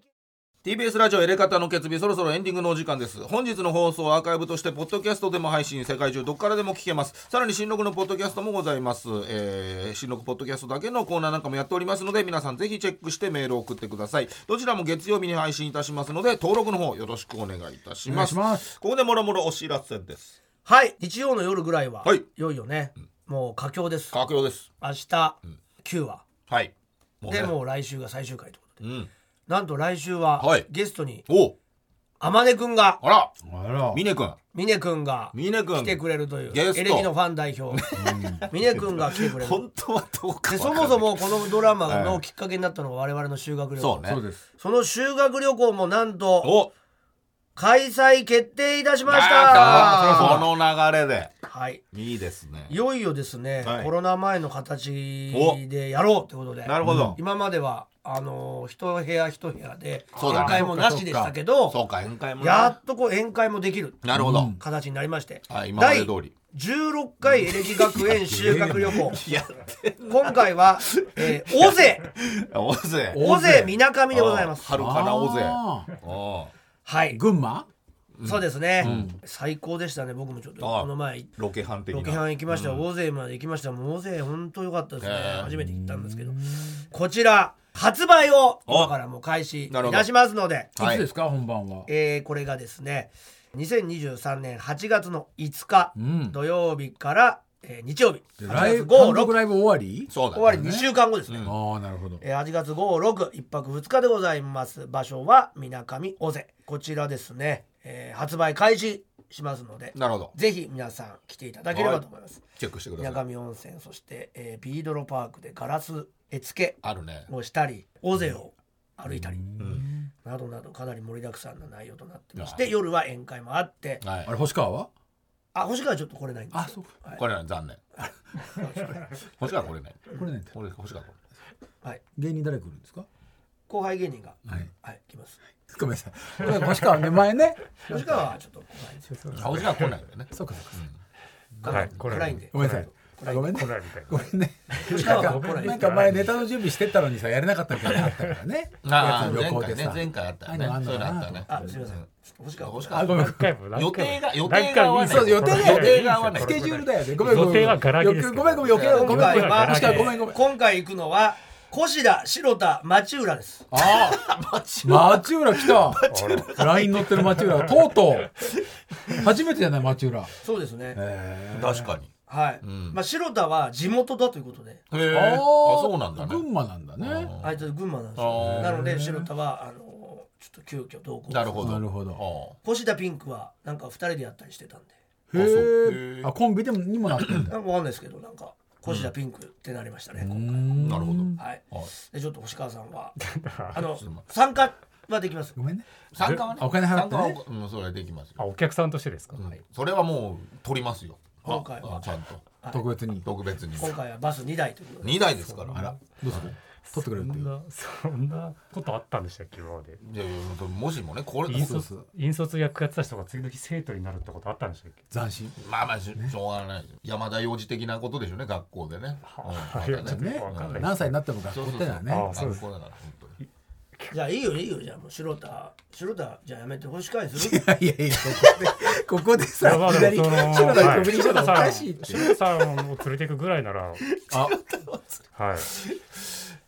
Speaker 2: TBS ラジオエレカタの決日そろそろエンディングのお時間です本日の放送はアーカイブとしてポッドキャストでも配信世界中どっからでも聞けますさらに新録のポッドキャストもございます、えー、新録ポッドキャストだけのコーナーなんかもやっておりますので皆さんぜひチェックしてメールを送ってくださいどちらも月曜日に配信いたしますので登録の方よろしくお願いいたします
Speaker 3: お願いしま
Speaker 2: ここでもろもろお知らせです
Speaker 1: はい日曜の夜ぐらいは
Speaker 2: はい
Speaker 1: いよいよねもう佳境です
Speaker 2: 佳境です
Speaker 1: 明日9話
Speaker 2: はいもうね
Speaker 1: でもう来週が最終回ということで
Speaker 2: うん
Speaker 1: なんと来週は
Speaker 2: はい
Speaker 1: ゲストに
Speaker 2: おう
Speaker 1: あまねくんが
Speaker 2: あら
Speaker 3: あら。
Speaker 2: 峰君
Speaker 1: 峰くんが
Speaker 2: 峰君
Speaker 1: 来てくれるという
Speaker 2: ゲスト
Speaker 1: エレキのファン代表 峰くんが来てくれる
Speaker 2: 本当はどうか
Speaker 1: で
Speaker 2: わか
Speaker 1: そ
Speaker 2: んない
Speaker 1: もそもこのドラマのきっかけになったのが我々の修学旅行
Speaker 2: そうね
Speaker 3: そうです。
Speaker 1: その修学旅行もなんと
Speaker 2: お
Speaker 1: 開催決定いたしまし
Speaker 2: あー
Speaker 1: た
Speaker 2: この流れで
Speaker 1: はい
Speaker 2: いいですね
Speaker 1: いよいよですね、
Speaker 2: はい
Speaker 1: コロナ前の形でやろうということで
Speaker 2: なるほど、
Speaker 1: 今まではあのー一部屋一部屋で
Speaker 2: そうだ
Speaker 1: 宴
Speaker 2: ね
Speaker 1: 会もなしでしたけど、
Speaker 2: そうか宴会もね
Speaker 1: やっとこう宴会もできる
Speaker 2: なるほど、
Speaker 1: 形になりまして、
Speaker 2: はい今まで通り
Speaker 1: 第16回エレキ学園修学旅 行
Speaker 2: やって
Speaker 1: 今回は、えー、尾 瀬
Speaker 2: 大勢
Speaker 1: 尾瀬みなかみでございます
Speaker 2: はるかな大勢
Speaker 3: あ
Speaker 2: あ
Speaker 1: はい、
Speaker 3: 群馬
Speaker 1: そうですね、最高でしたね僕もちょっと
Speaker 2: ああ
Speaker 1: この前
Speaker 2: ーロケハン的な
Speaker 1: ロケハン行きました、大勢まで行きましたもう大勢本当良かったですね、
Speaker 2: へえ
Speaker 1: 初めて行ったんですけどこちら発売を今からもう開始い
Speaker 2: なるほど
Speaker 1: たしますので、
Speaker 2: はい
Speaker 3: いつですか、本番は。
Speaker 1: えーこれがですね2023年8月の5日
Speaker 3: ん
Speaker 1: 土曜日から、えー日曜日8
Speaker 3: ライ
Speaker 1: 月
Speaker 3: ブ、単独
Speaker 1: 56
Speaker 3: ライブ終わり
Speaker 2: そうだ
Speaker 1: 終
Speaker 2: ね
Speaker 1: わり2週間後ですね、
Speaker 3: ああ、なるほど。
Speaker 1: えー8月56 1泊2日でございます場所はみなかみ尾瀬こちらですね、えー発売開始しますので
Speaker 2: なるほど
Speaker 1: ぜひ皆さん来ていただければと思います
Speaker 2: チェックしてく
Speaker 1: みな
Speaker 2: ださ
Speaker 1: か
Speaker 2: い
Speaker 1: み温泉そして、えービードロパークでガラス絵付け
Speaker 2: あるね
Speaker 1: をしたり尾瀬を歩いたり、などなどかなり盛りだくさんの内容となってまして、
Speaker 2: は
Speaker 1: 夜は宴会もあって
Speaker 2: は
Speaker 3: あ
Speaker 2: い
Speaker 3: れ、星川は
Speaker 1: あ星川はちょっと来れないんです
Speaker 3: あそうか
Speaker 1: はい
Speaker 2: これは残念欲しかこれね
Speaker 3: これね、
Speaker 2: これ欲しかこ
Speaker 1: はい
Speaker 3: 芸人誰来るんですか
Speaker 1: 後輩芸人が、は
Speaker 3: はいい
Speaker 1: 来ます
Speaker 3: ごめんなさい。星川ね、前ね。
Speaker 1: 吉川はちょっと来ないんですよ
Speaker 2: れ欲しか来ないよね
Speaker 3: そうか、そうか。
Speaker 5: はい来ない
Speaker 1: 暗いんで
Speaker 3: ごめんなさい。あごめんね
Speaker 5: 来。ないみたい
Speaker 3: ごめんね。
Speaker 1: 吉
Speaker 3: な
Speaker 1: 川
Speaker 3: ん
Speaker 1: は
Speaker 3: か
Speaker 1: 来ない
Speaker 3: なんか前ネタの準備してったのにさやれなかったみたいなのあったからね。
Speaker 2: ああ前
Speaker 3: やつの旅行
Speaker 2: 回
Speaker 3: で
Speaker 2: ね
Speaker 3: さ
Speaker 2: 前回あったよね
Speaker 3: ああいう
Speaker 2: そういう
Speaker 3: の
Speaker 2: の
Speaker 3: あん
Speaker 2: あった
Speaker 3: のかな
Speaker 2: ね
Speaker 1: あすみませんちょっと星川
Speaker 2: 欲し
Speaker 1: は
Speaker 2: か
Speaker 3: あごめん。
Speaker 5: な。何回も何回も
Speaker 2: 予定が予
Speaker 5: 何
Speaker 2: 定
Speaker 5: 回
Speaker 2: が
Speaker 5: も
Speaker 2: 合わない
Speaker 3: そう予定が
Speaker 2: 予定が合わない
Speaker 3: スケジュール
Speaker 5: だ
Speaker 3: だよね。ごめんごめん。
Speaker 5: 予定はガラ空きですけど
Speaker 3: ごめんごめん余計な
Speaker 1: 今
Speaker 3: ごめんごめ
Speaker 1: 回
Speaker 3: ん。
Speaker 1: は
Speaker 3: 確かにごめんごめん。
Speaker 1: 今回行くのは越田白田町浦です
Speaker 3: ああ町浦来たあら LINE 乗ってる町浦とうとう初めてじゃない町浦
Speaker 1: そうですね、
Speaker 2: 確かに
Speaker 1: はい、まあ白田は地元だということで
Speaker 2: へえ
Speaker 3: あ
Speaker 2: あ
Speaker 3: ー
Speaker 2: そうなんだね
Speaker 3: 群馬なんだね
Speaker 1: あいつ群馬なんです
Speaker 2: あ
Speaker 1: よ
Speaker 2: ー
Speaker 1: なので白田はあのちょっと急遽同行
Speaker 2: なるほど
Speaker 3: なるほど
Speaker 1: 越田ピンクはなんか二人でやったりしてたんで
Speaker 3: へ
Speaker 2: あそうへ
Speaker 3: え
Speaker 2: ー
Speaker 3: あコンビでもにもなってんだ
Speaker 1: なんかわかんないですけどなんか越田ピンクってなりましたね、
Speaker 3: うー
Speaker 1: 今
Speaker 3: ん
Speaker 2: なるほど
Speaker 1: 回はい
Speaker 2: あはい
Speaker 1: でちょっと星川さんはあの
Speaker 2: ちょっと待って
Speaker 1: 参加はできます
Speaker 3: ごめんね
Speaker 2: 参加はね
Speaker 3: あお金払ってね
Speaker 2: 参加はおうんそれはできますよ
Speaker 5: あお客さんとしてですか、
Speaker 2: うんそれはもう取りますよあ
Speaker 1: 今回は
Speaker 2: あちゃんと
Speaker 3: 特別にど
Speaker 2: 特別に
Speaker 1: 今回はバス2台ということで
Speaker 2: 2台ですからあら
Speaker 3: うする取ってくれる
Speaker 5: そ
Speaker 3: ってい
Speaker 5: ん
Speaker 3: う
Speaker 5: なそんなことあったんでしたっけ今まで
Speaker 2: いやいやもしもねこれ
Speaker 5: 引
Speaker 3: そうそ
Speaker 5: 率
Speaker 3: う
Speaker 5: 引率役やってた人が次の日生徒になるってことあったんでしたっけ
Speaker 3: 斬新
Speaker 2: まあまあししょうがないですよ山田洋次的なことでしょうね学校でね
Speaker 5: いやちょっと
Speaker 3: ね
Speaker 5: わかんない
Speaker 3: 何歳になっても学校ってのは
Speaker 5: そうそう
Speaker 3: ね
Speaker 5: あそうです
Speaker 2: 学校だから本当に
Speaker 1: じゃあいいよいいよじゃあもう白田白田じゃあやめて星川 にする
Speaker 3: いやいやいやここでここで
Speaker 5: い
Speaker 3: さ
Speaker 5: やまあでも
Speaker 3: 左
Speaker 5: その
Speaker 3: 白田
Speaker 5: は
Speaker 3: に
Speaker 5: い
Speaker 3: 飛びにしたらおかしいって
Speaker 5: 白田さんを連れていくぐらいなら
Speaker 3: あ
Speaker 5: はい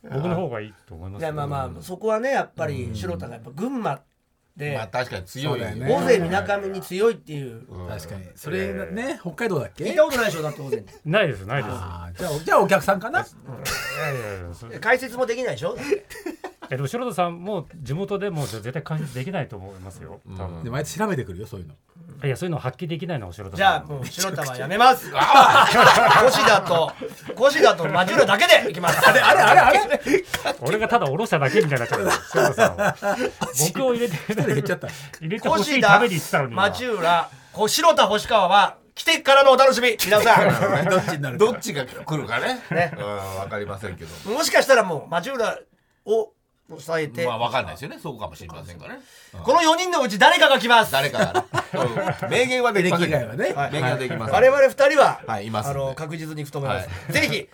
Speaker 5: 僕の方がいいと思います
Speaker 1: いやまあまあそこはねやっぱり白田がやっぱ群馬で
Speaker 2: まあ確かに強いよ
Speaker 3: そうだよね
Speaker 1: 大勢みなかみに強いっていう
Speaker 3: 確かにそれね北海道だっ
Speaker 1: 聞い
Speaker 3: け
Speaker 1: たことないでしょだって大勢
Speaker 5: ないですないです
Speaker 3: あーじゃあじゃあお客さんかない
Speaker 5: やいやいやそれ
Speaker 1: 解説もできないでしょだって
Speaker 5: えでも白田さんも地元でも絶対完結できないと思いますよ多分、
Speaker 3: で毎日調べてくるよそういうの
Speaker 5: いやそういうの発揮できないのは白田さん
Speaker 1: じゃあもう白田はやめます腰田と腰田とマジュラだけでいきますあれあれあれ
Speaker 3: あれあれ
Speaker 5: 俺がただ下ろしただけみたいになっちゃう白田さんを僕を入れて
Speaker 3: 減っちゃった
Speaker 5: 入れてほし
Speaker 1: 腰
Speaker 5: いために言ってた
Speaker 1: 田
Speaker 5: のに今
Speaker 1: マジュラ白田星川は来てからのお楽しみ皆 さ
Speaker 3: どっちになるか
Speaker 2: どっちが来るかね
Speaker 1: ね
Speaker 2: うんわかりませんけど
Speaker 1: んもしかしたらもうマジュラを抑えて
Speaker 2: まあわかんないですよねそうかもしれませんからねうん
Speaker 1: この4人のうち誰かが来ます
Speaker 2: 誰かがねうん明言はできません
Speaker 3: 以外はね
Speaker 2: 明言はできません
Speaker 1: 我々2人は、
Speaker 2: はいいますん
Speaker 1: あ
Speaker 2: で
Speaker 1: の確実に太めます、ぜひ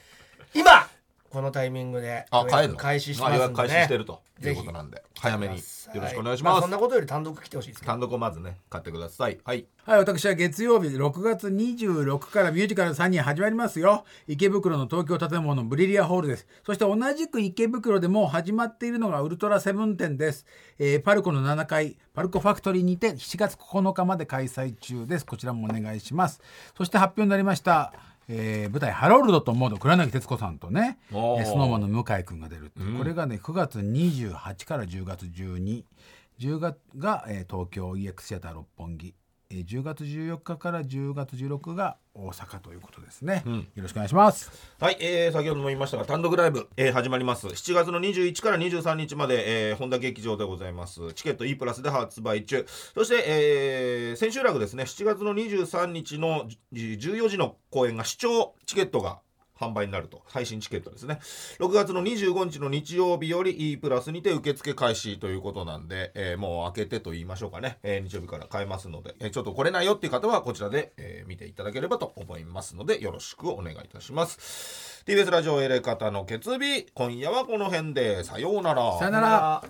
Speaker 1: 今このタイミングで
Speaker 2: あ帰るの
Speaker 1: 開始しますんで、
Speaker 2: あ予
Speaker 1: ね、
Speaker 2: 約開始してるとい
Speaker 1: ぜ
Speaker 2: う
Speaker 1: ひ
Speaker 2: ことなんで早めによろしくお願いし
Speaker 1: は
Speaker 2: ま
Speaker 1: あそ
Speaker 2: す
Speaker 1: んなことより単独来てほしいですけど
Speaker 2: 単独をまずね買ってくださいはい
Speaker 3: はい、私は月曜日6月26からミュージカル3人始まりますよ。池袋の東京建物ブリリアホールです。そして同じく池袋でもう始まっているのがウルトラセブン店です。えーパルコの7階、パルコファクトリーにて7月9日まで開催中です。こちらもお願いします。そして発表になりました。えー舞台「ハロルドとモード」黒柳徹子さんとねス
Speaker 2: おー
Speaker 3: ノーマンの向井君が出るっていうこれがね9月28から10月1210月が、えー東京 EX シアター六本木、えー10月14日から10月16が大阪ということですね、よろしくお願いします
Speaker 2: はい、えー先ほども言いましたが単独ライブ、えー始まります7月の21から23日まで、えー、本田劇場でございますチケット E プラスで発売中そして、えー千秋楽ですね7月の23日のじ14時の公演が視聴チケットが販売になると配信チケットですね6月の25日の日曜日より E プラスにて受付開始ということなんで、えーもう開けてと言いましょうかね、えー日曜日から買えますので、えーちょっと来れないよっていう方はこちらで、えー見ていただければと思いますのでよろしくお願いいたします TBS ラジオエレカタの決日今夜はこの辺でさようなら
Speaker 3: さよなら